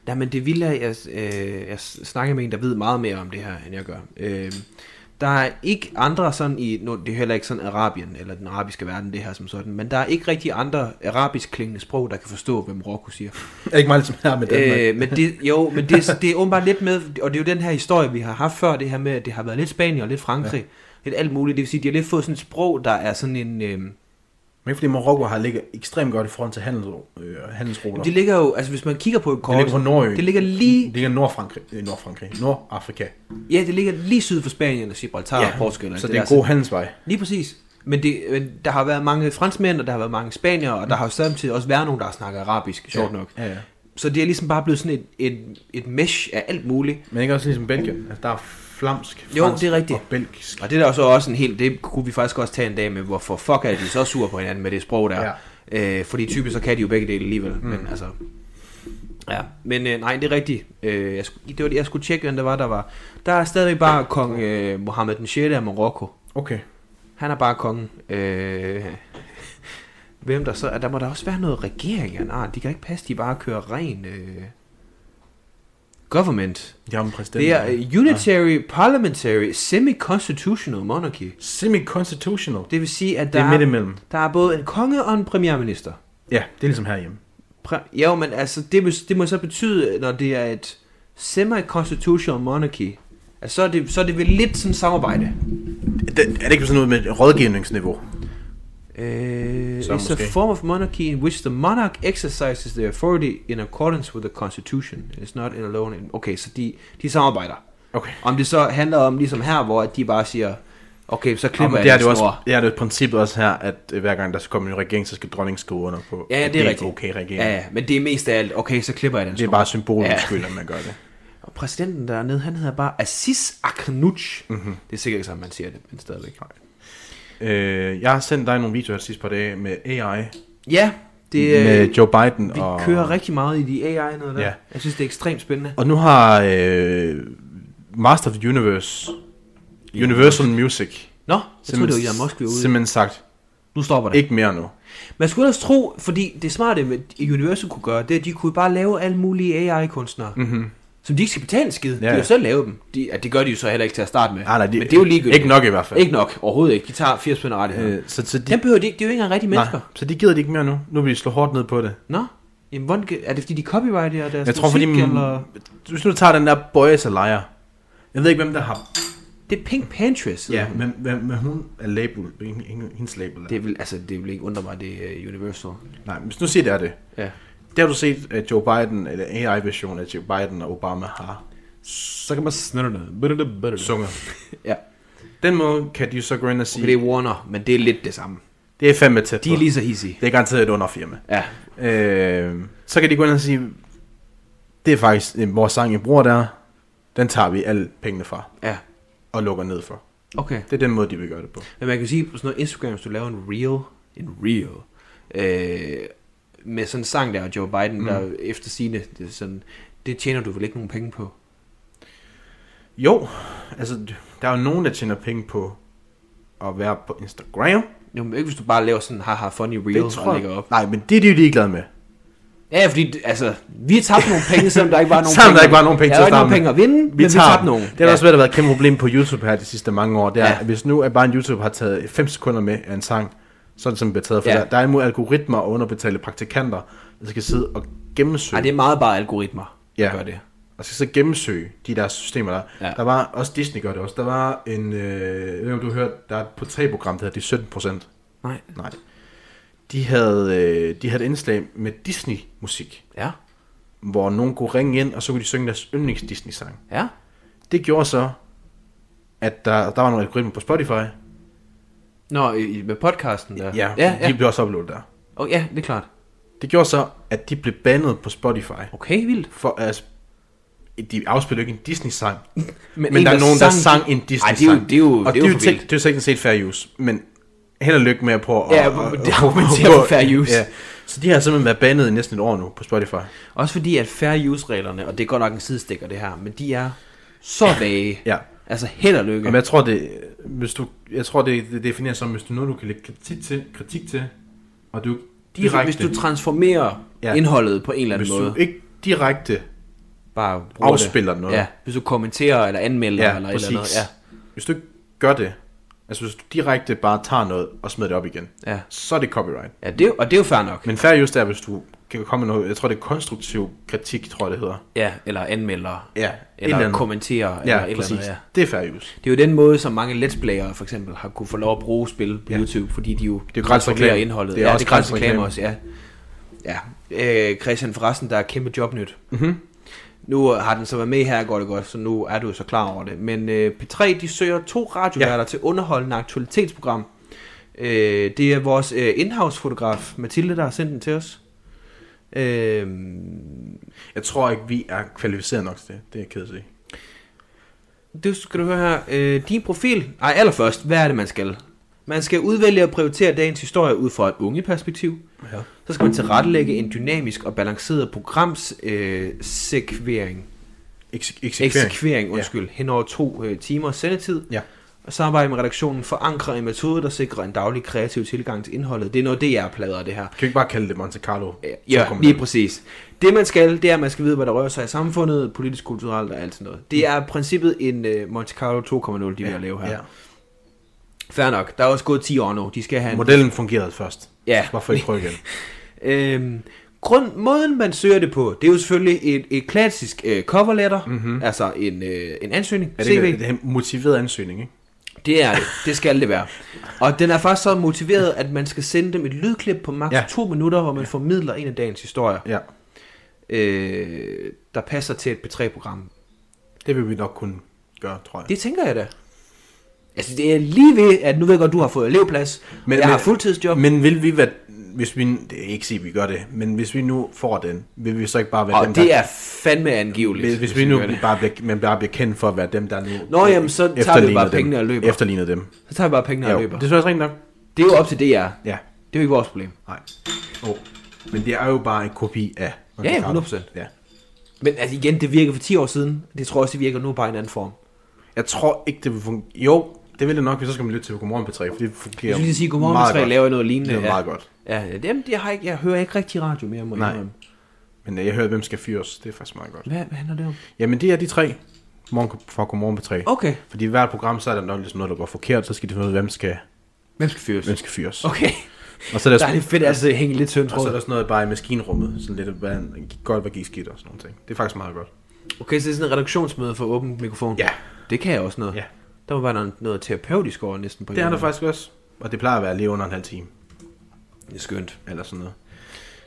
Speaker 1: Nej, men det vilde er, jeg, øh, jeg snakker med en, der ved meget mere om det her, end jeg gør. Øh, der er ikke andre sådan i, nu, det er heller ikke sådan Arabien, eller den arabiske verden, det her som sådan, men der er ikke rigtig andre arabisk klingende sprog, der kan forstå, hvad Marokko siger.
Speaker 2: Er ikke meget ligesom her med Danmark. Øh,
Speaker 1: Øh, men det, jo, men det, det er åbenbart lidt med, og det er jo den her historie, vi har haft før, det her med, at det har været lidt Spanien og lidt Frankrig, ja. lidt alt muligt. Det vil sige, at de har lidt fået sådan et sprog, der er sådan en... Øh,
Speaker 2: men ikke fordi Marokko har ligget ekstremt godt i forhold til handels, øh, handelsruter.
Speaker 1: det ligger jo, altså hvis man kigger på et
Speaker 2: det
Speaker 1: kort,
Speaker 2: ligger på Norge.
Speaker 1: det ligger lige
Speaker 2: Det ligger Nordfrankrig. Øh, Nordfrankrig. Nordafrika.
Speaker 1: Ja, det ligger lige syd for Spanien og Gibraltar ja, og Portugal. og alt
Speaker 2: så Ah, det er altså
Speaker 1: der.
Speaker 2: en god handelsvej.
Speaker 1: Lige præcis. Men, det, men der har været mange franskmænd, og der har været mange spanier, og der har jo samtidig også været nogen, der har snakket arabisk, sjovt
Speaker 2: Mm. Ja,
Speaker 1: nok.
Speaker 2: Ja, ja.
Speaker 1: Så det er ligesom bare blevet sådan et, et, et mesh af alt muligt.
Speaker 2: Men ikke også ligesom Belgien. Altså, der er flamsk, fransk
Speaker 1: Jo, det er rigtigt.
Speaker 2: og belgisk.
Speaker 1: Og det er der så også en helt, det kunne vi faktisk også tage en dag med, hvorfor fuck er de så sure på hinanden med det sprog der.
Speaker 2: Ja.
Speaker 1: Ja. Øh, fordi typisk så kan de jo begge dele alligevel, mm. men altså... Ja, men øh, nej, det er rigtigt. Øh, jeg, skulle, det var, det, jeg skulle tjekke, hvem der var, der var. Der er stadigvæk bare kong øh, Mohammed den 6. af Marokko.
Speaker 2: Okay.
Speaker 1: Han er bare kongen. Øh, hvem der så... Der må der også være noget regering af en art. De kan ikke passe, de bare kører ren... Øh, government.
Speaker 2: De har en præsident.
Speaker 1: Det er øh,
Speaker 2: Ah.
Speaker 1: unitary, parliamentary, semi-constitutional monarchy.
Speaker 2: Semi-constitutional.
Speaker 1: Det vil sige, at
Speaker 2: Det
Speaker 1: der,
Speaker 2: er midt imellem.
Speaker 1: der er både en konge og en premierminister.
Speaker 2: Ja, det er ligesom herhjemme.
Speaker 1: Præ- jo, men altså, det, må- det må så betyde, når det er et semi-constitutional monarchy, at så er det, så er det vel lidt sådan samarbejde.
Speaker 2: Det, er det ikke sådan noget med rådgivningsniveau?
Speaker 1: Uh,
Speaker 2: Så
Speaker 1: it's a
Speaker 2: måske.
Speaker 1: form of monarchy in which the monarch exercises their authority in accordance with the constitution. It's not in alone. In. Okay, så de, de samarbejder.
Speaker 2: Okay.
Speaker 1: Om det så handler om ligesom her, hvor at de bare siger, okay, så
Speaker 2: Klipper,
Speaker 1: klipper jeg
Speaker 2: ja, det er
Speaker 1: den
Speaker 2: det også,
Speaker 1: snor.
Speaker 2: det er det princippet også her, at øh, hver gang der skal komme en ny regering, så skal dronningen skrive under på,
Speaker 1: Ja, ja,
Speaker 2: at
Speaker 1: det er
Speaker 2: en
Speaker 1: rigtigt.
Speaker 2: okay regering.
Speaker 1: Ja, ja, men det er mest af alt, okay, så klipper jeg den
Speaker 2: Det er
Speaker 1: snor.
Speaker 2: bare symbolet
Speaker 1: Ja.
Speaker 2: ja. skyld, at man gør det.
Speaker 1: Og præsidenten dernede, han hedder bare Aziz Akhenuch.
Speaker 2: Mhm.
Speaker 1: Mm-hmm. Det er sikkert ikke sådan, man siger det, men stadigvæk.
Speaker 2: Øh, jeg har sendt dig nogle videoer de sidste par dage med AI,
Speaker 1: Ja, det
Speaker 2: det,
Speaker 1: er...
Speaker 2: med Joe Biden.
Speaker 1: vi
Speaker 2: og,
Speaker 1: kører rigtig meget i de AI noget der.
Speaker 2: Ja.
Speaker 1: Ja. Jeg synes, det er ekstremt spændende.
Speaker 2: og nu har øh, Master of the Universe, Universal Music,
Speaker 1: Nå, jeg troede, det var Elon Musk, vi var ude.
Speaker 2: simpelthen sagt,
Speaker 1: Nu stopper det.
Speaker 2: ikke mere nu.
Speaker 1: Man skulle ellers tro, fordi det smarte, med- Universal kunne gøre, det er, at de kunne bare lave alle mulige AI-kunstnere. Mm-hmm. Som de ikke skal betale en skid. Ja. De
Speaker 2: Ja.
Speaker 1: har jo selv lavet dem. De, ja, det gør de jo så heller ikke til at starte med.
Speaker 2: Nej, nej, de-
Speaker 1: Men det er jo ligegyldigt.
Speaker 2: ikke nok i hvert fald.
Speaker 1: Ikke nok, overhovedet ikke. De tager 80 pænder rettigheder. Øh,
Speaker 2: Øh, så, så de,
Speaker 1: Dem behøver de ikke. Det er jo ikke engang rigtige
Speaker 2: nej,
Speaker 1: mennesker.
Speaker 2: så de gider de ikke mere nu. Nu vil de slå hårdt ned på det.
Speaker 1: Nå? Jamen, hvordan, kan- er det fordi, de copyrighter deres
Speaker 2: Jeg tror, fordi...
Speaker 1: musik, eller...
Speaker 2: Hvis nu du tager den der Boys og Liar. Jeg ved ikke, hvem der har...
Speaker 1: Det er Pink Panthers.
Speaker 2: Ja, men, men, men hun er label. Hende- hende- Hendes label. Det.
Speaker 1: Det vil, altså, det vil ikke undre mig, det er øh, Universal.
Speaker 2: Nej, men hvis nu siger, det er det.
Speaker 1: Ja.
Speaker 2: Det har du set, at Joe Biden, eller AI-version af Joe Biden og Obama har
Speaker 3: Så kan man snøre det.
Speaker 2: sunget.
Speaker 1: ja.
Speaker 2: Den måde kan de jo så gå ind og sige,
Speaker 1: Okay, det er Warner, men det er lidt det samme.
Speaker 2: det er fandme tæt
Speaker 1: De er
Speaker 2: på.
Speaker 1: lige så hissige.
Speaker 2: Det er garanteret et underfirma.
Speaker 1: Ja.
Speaker 2: Øh, så kan de gå ind og sige, det er faktisk øh, vores sang, I bruger der, den tager vi alle pengene fra
Speaker 1: Ja.
Speaker 2: og lukker ned for.
Speaker 1: Okay.
Speaker 2: Det er den måde, de vil gøre det på.
Speaker 1: Men man kan jo sige, på sådan noget Instagram, hvis du laver en reel, en reel, øh, med sådan en sang der, og Joe Biden, mm. der efter sine, det, er sådan, det tjener du vel ikke nogen penge på?
Speaker 2: Jo, altså, der er jo nogen, der tjener penge på at være på Instagram.
Speaker 1: Jo, men ikke hvis du bare laver sådan en haha funny reel,
Speaker 2: Det
Speaker 1: det
Speaker 2: tror
Speaker 1: og
Speaker 2: jeg.
Speaker 1: lægger op.
Speaker 2: Nej, men det er de jo ligeglade med.
Speaker 1: Ja, fordi, det- altså, vi har tabt nogle penge, selvom der ikke var nogen
Speaker 2: Selvom
Speaker 1: penge.
Speaker 2: der ikke var nogen penge
Speaker 1: der
Speaker 2: til
Speaker 1: var
Speaker 2: at
Speaker 1: ikke nogen
Speaker 2: starte
Speaker 1: penge
Speaker 2: med.
Speaker 1: at vinde, men vi tabte nogen.
Speaker 2: Det har ja. også været, der har været et kæmpe problem på YouTube her de sidste mange år. Det er,
Speaker 1: Ja.
Speaker 2: ja. at hvis nu at bare en YouTube har taget 5 sekunder med af en sang, sådan som bliver taget for
Speaker 1: Ja.
Speaker 2: ja. der, der er imod algoritmer og underbetalte praktikanter, der skal sidde og gennemsøge.
Speaker 1: Ej, det er meget bare algoritmer, der
Speaker 2: Ja.
Speaker 1: gør det.
Speaker 2: og skal så gennemsøge de der systemer der.
Speaker 1: Ja.
Speaker 2: Ja. Der var, også Disney gør det også, der var en, øh, jeg ved ikke, om du hørte, der er et portrætprogram, der hedder De 17 procent.
Speaker 1: Nej.
Speaker 2: Nej. De havde, øh, de havde et indslag med Disney-musik,
Speaker 1: Ja.
Speaker 2: hvor nogen kunne ringe ind, og så kunne de synge deres yndlings Disney-sang.
Speaker 1: Ja.
Speaker 2: Det gjorde så, at der, der var nogle algoritmer på Spotify. Ja,
Speaker 1: Nå, i, i- med podcasten der.
Speaker 2: ja,
Speaker 1: ja, ja.
Speaker 2: de blev også uploadet der.
Speaker 1: Oh, ja, det er klart.
Speaker 2: Det gjorde så, at de blev bandet på Spotify.
Speaker 1: Okay, vildt.
Speaker 2: For, altså, de afspillede jo ikke en Disney-sang,
Speaker 1: Men,
Speaker 2: Men, men der er nogen, der sang en Disney-sang.
Speaker 1: Ej, det er jo, det er jo,
Speaker 2: og
Speaker 1: det er jo for
Speaker 2: tek-
Speaker 1: vildt.
Speaker 2: det er jo teknisk set fair use, men held og lykke med på at...
Speaker 1: Ja,
Speaker 2: at-
Speaker 1: det
Speaker 2: at-
Speaker 1: argumenterer for fair use.
Speaker 2: Så de har simpelthen været bandet i næsten et år nu på Spotify.
Speaker 1: Også fordi, at fair use-reglerne, og det er godt nok en sidestikker det her, men de er så vage.
Speaker 2: Ja.
Speaker 1: Altså, held og
Speaker 2: Men
Speaker 1: lykke.
Speaker 2: jeg tror, det, hvis du, jeg tror, det, det defineres som, hvis du er noget, du kan lægge kritik til, kritik til og du ikke
Speaker 1: Hvis,
Speaker 2: direkte...
Speaker 1: hvis du transformerer ja.
Speaker 2: Ja.
Speaker 1: indholdet på en eller
Speaker 2: hvis
Speaker 1: anden
Speaker 2: du
Speaker 1: måde,
Speaker 2: ikke direkte
Speaker 1: bare bruger
Speaker 2: afspiller
Speaker 1: det.
Speaker 2: noget.
Speaker 1: Ja, hvis du kommenterer eller anmelder
Speaker 2: ja
Speaker 1: eller et
Speaker 2: præcis.
Speaker 1: eller andet.
Speaker 2: Hvis du ikke gør det, altså hvis du direkte bare tager noget og smider det op igen,
Speaker 1: Ja, ja.
Speaker 2: så er det copyright.
Speaker 1: ja det, er jo- og det er jo fair nok.
Speaker 2: Men fair use der, hvis du kan komme med noget, jeg tror det er konstruktiv kritik, tror jeg det hedder.
Speaker 1: Ja, eller anmelder,
Speaker 2: Ja,
Speaker 1: eller,
Speaker 2: et eller andet.
Speaker 1: kommenterer,
Speaker 2: Ja,
Speaker 1: eller et eller
Speaker 2: præcis.
Speaker 1: andet. Ja.
Speaker 2: Det er fair use.
Speaker 1: Det er jo den måde, som mange let's playere for eksempel har kunne få lov at bruge spil på ja.
Speaker 2: Ja.
Speaker 1: YouTube, fordi de jo
Speaker 2: jo
Speaker 1: transformerer
Speaker 2: gratis reklame.
Speaker 1: indholdet.
Speaker 2: Det er
Speaker 1: ja,
Speaker 2: også
Speaker 1: det er gratis
Speaker 2: gratis
Speaker 1: reklame
Speaker 2: reklame.
Speaker 1: også, ja. ja. Øh, Christian forresten, der er kæmpe jobnyt.
Speaker 2: Mhm.
Speaker 1: Mm-hmm. Nu har den så været med her, går det godt, så nu er du så klar over det. Men øh, P3, de søger to radioværter ja. til underholdende aktualitetsprogram. Øh, det er vores øh, in-house-fotograf, Mathilde, der har sendt den til os. Øh,
Speaker 2: Jeg tror ikke, vi er kvalificeret nok til det. Det er jeg ked af at sige.
Speaker 1: Det skal du høre her. Øh, din profil. Ej, allerførst, hvad er det, man skal? Man skal udvælge og prioritere dagens historie ud fra et unge perspektiv.
Speaker 2: Ja.
Speaker 1: Så skal man tilrettelægge en dynamisk og balanceret programs øh, sekvering,
Speaker 2: Eks- eksekvering.
Speaker 1: eksekvering undskyld, ja. hen over to øh, timer sendetid.
Speaker 2: Ja.
Speaker 1: Og samarbejde med redaktionen forankre en metode, der sikrer en daglig kreativ tilgang til indholdet. Det er noget DR-plader, det her.
Speaker 2: Kan vi ikke bare kalde det Monte Carlo?
Speaker 1: Ja,
Speaker 2: Så kommer
Speaker 1: lige
Speaker 2: det.
Speaker 1: præcis. Det man skal, det er, at man skal vide, hvad der rører sig i samfundet, politisk, kulturelt og alt sådan noget. Det er i princippet en uh, Monte Carlo 2.0, de ja, vil lave her. Ja. Fair nok. Der er også gået 10 år nu. De skal have en...
Speaker 2: Modellen fungerede først.
Speaker 1: Ja.
Speaker 2: Hvorfor ikke prøve igen?
Speaker 1: Øhm, grund, måden, man søger det på, det er jo selvfølgelig et, et klassisk øh, coverletter, mm-hmm. altså en, øh, en ansøgning,
Speaker 2: Mhm. Er det,
Speaker 1: CV.
Speaker 2: ikke, det er en motiveret ansøgning, ikke?
Speaker 1: Det er det. Det skal det være. Og den er faktisk så motiveret, at man skal sende dem et lydklip på maks.
Speaker 2: Ja.
Speaker 1: 2 minutter, hvor man formidler en af dagens historier,
Speaker 2: Ja.
Speaker 1: øh, der passer til et P3-program.
Speaker 2: Det vil vi nok kunne gøre, tror jeg.
Speaker 1: Det tænker jeg da. Altså, det er lige ved, at nu ved jeg godt, du har fået elevplads, men,
Speaker 2: Men-
Speaker 1: jeg har
Speaker 2: men-
Speaker 1: fuldtidsjob. Men,
Speaker 2: Men vil vi være... Hvis vi... Det er ikke sige, at vi gør det. Men hvis vi nu får den, vil vi så ikke bare være
Speaker 1: og
Speaker 2: dem,
Speaker 1: det
Speaker 2: der...
Speaker 1: er fandme angiveligt.
Speaker 2: Hvis, hvis vi nu
Speaker 1: gør det.
Speaker 2: bare bliver, man bare bliver kendt for at være dem, der nu... øh,
Speaker 1: Nå, jamen, så tager vi bare
Speaker 2: efterligner dem.
Speaker 1: pengene og løber.
Speaker 2: Efterligner dem.
Speaker 1: Så tager jeg bare pengene og
Speaker 2: Jo,
Speaker 1: løber.
Speaker 2: det synes jeg også rent nok.
Speaker 1: Det er jo op til DR. Det er
Speaker 2: Ja.
Speaker 1: jo ikke vores problem.
Speaker 2: Nej. Oh. Men det er jo bare en kopi af...
Speaker 1: Ja, ja, 100%.
Speaker 2: Ja.
Speaker 1: Men altså igen, det virkede for 10 år siden. Det tror jeg også, det virker nu bare i en anden form.
Speaker 2: Jeg tror ikke, det vil fungere. Jo, det vil det nok, hvis så skal man lytte til Godmorgen P3, for det fungerer
Speaker 1: Jeg skulle lige sige, godmorgen
Speaker 2: meget
Speaker 1: med tre
Speaker 2: godt.
Speaker 1: laver noget lignende.
Speaker 2: Det er
Speaker 1: ja.
Speaker 2: meget godt.
Speaker 1: Ja, ja, dem, jeg, har ikke, jeg hører ikke rigtig radio mere, må jeg
Speaker 2: Nej.
Speaker 1: indrømme.
Speaker 2: Men øh, jeg hørte, hvem skal fyres. Det er faktisk meget godt.
Speaker 1: Hvad, hvad handler det om?
Speaker 2: Jamen, det er de tre. Morgen fra Godmorgen på tre.
Speaker 1: Okay.
Speaker 2: Fordi i hvert program, så er der nok ligesom noget, der går forkert, så skal de finde ud af, hvem skal,
Speaker 1: Hvem skal fyres?
Speaker 2: hvem skal fyres.
Speaker 1: Okay.
Speaker 2: Og så er der,
Speaker 1: Der er det fedt, altså at hænge lidt tynd
Speaker 2: og så er
Speaker 1: tråd.
Speaker 2: der sådan noget bare i maskinrummet, sådan lidt, hvad gik godt, hvad gik skidt og sådan nogle ting. Det er faktisk meget godt.
Speaker 1: Okay, så det er sådan en redaktionsmøde for åbent mikrofon.
Speaker 2: Altså- Ja,
Speaker 1: Det kan jeg også noget.
Speaker 2: Ja.
Speaker 1: Der må være noget, noget terapeutisk over næsten på en
Speaker 2: det er der
Speaker 1: eller anden
Speaker 2: faktisk også. Og det plejer at være lige under en halv time,
Speaker 1: måde. Det er skønt.
Speaker 2: eller sådan noget.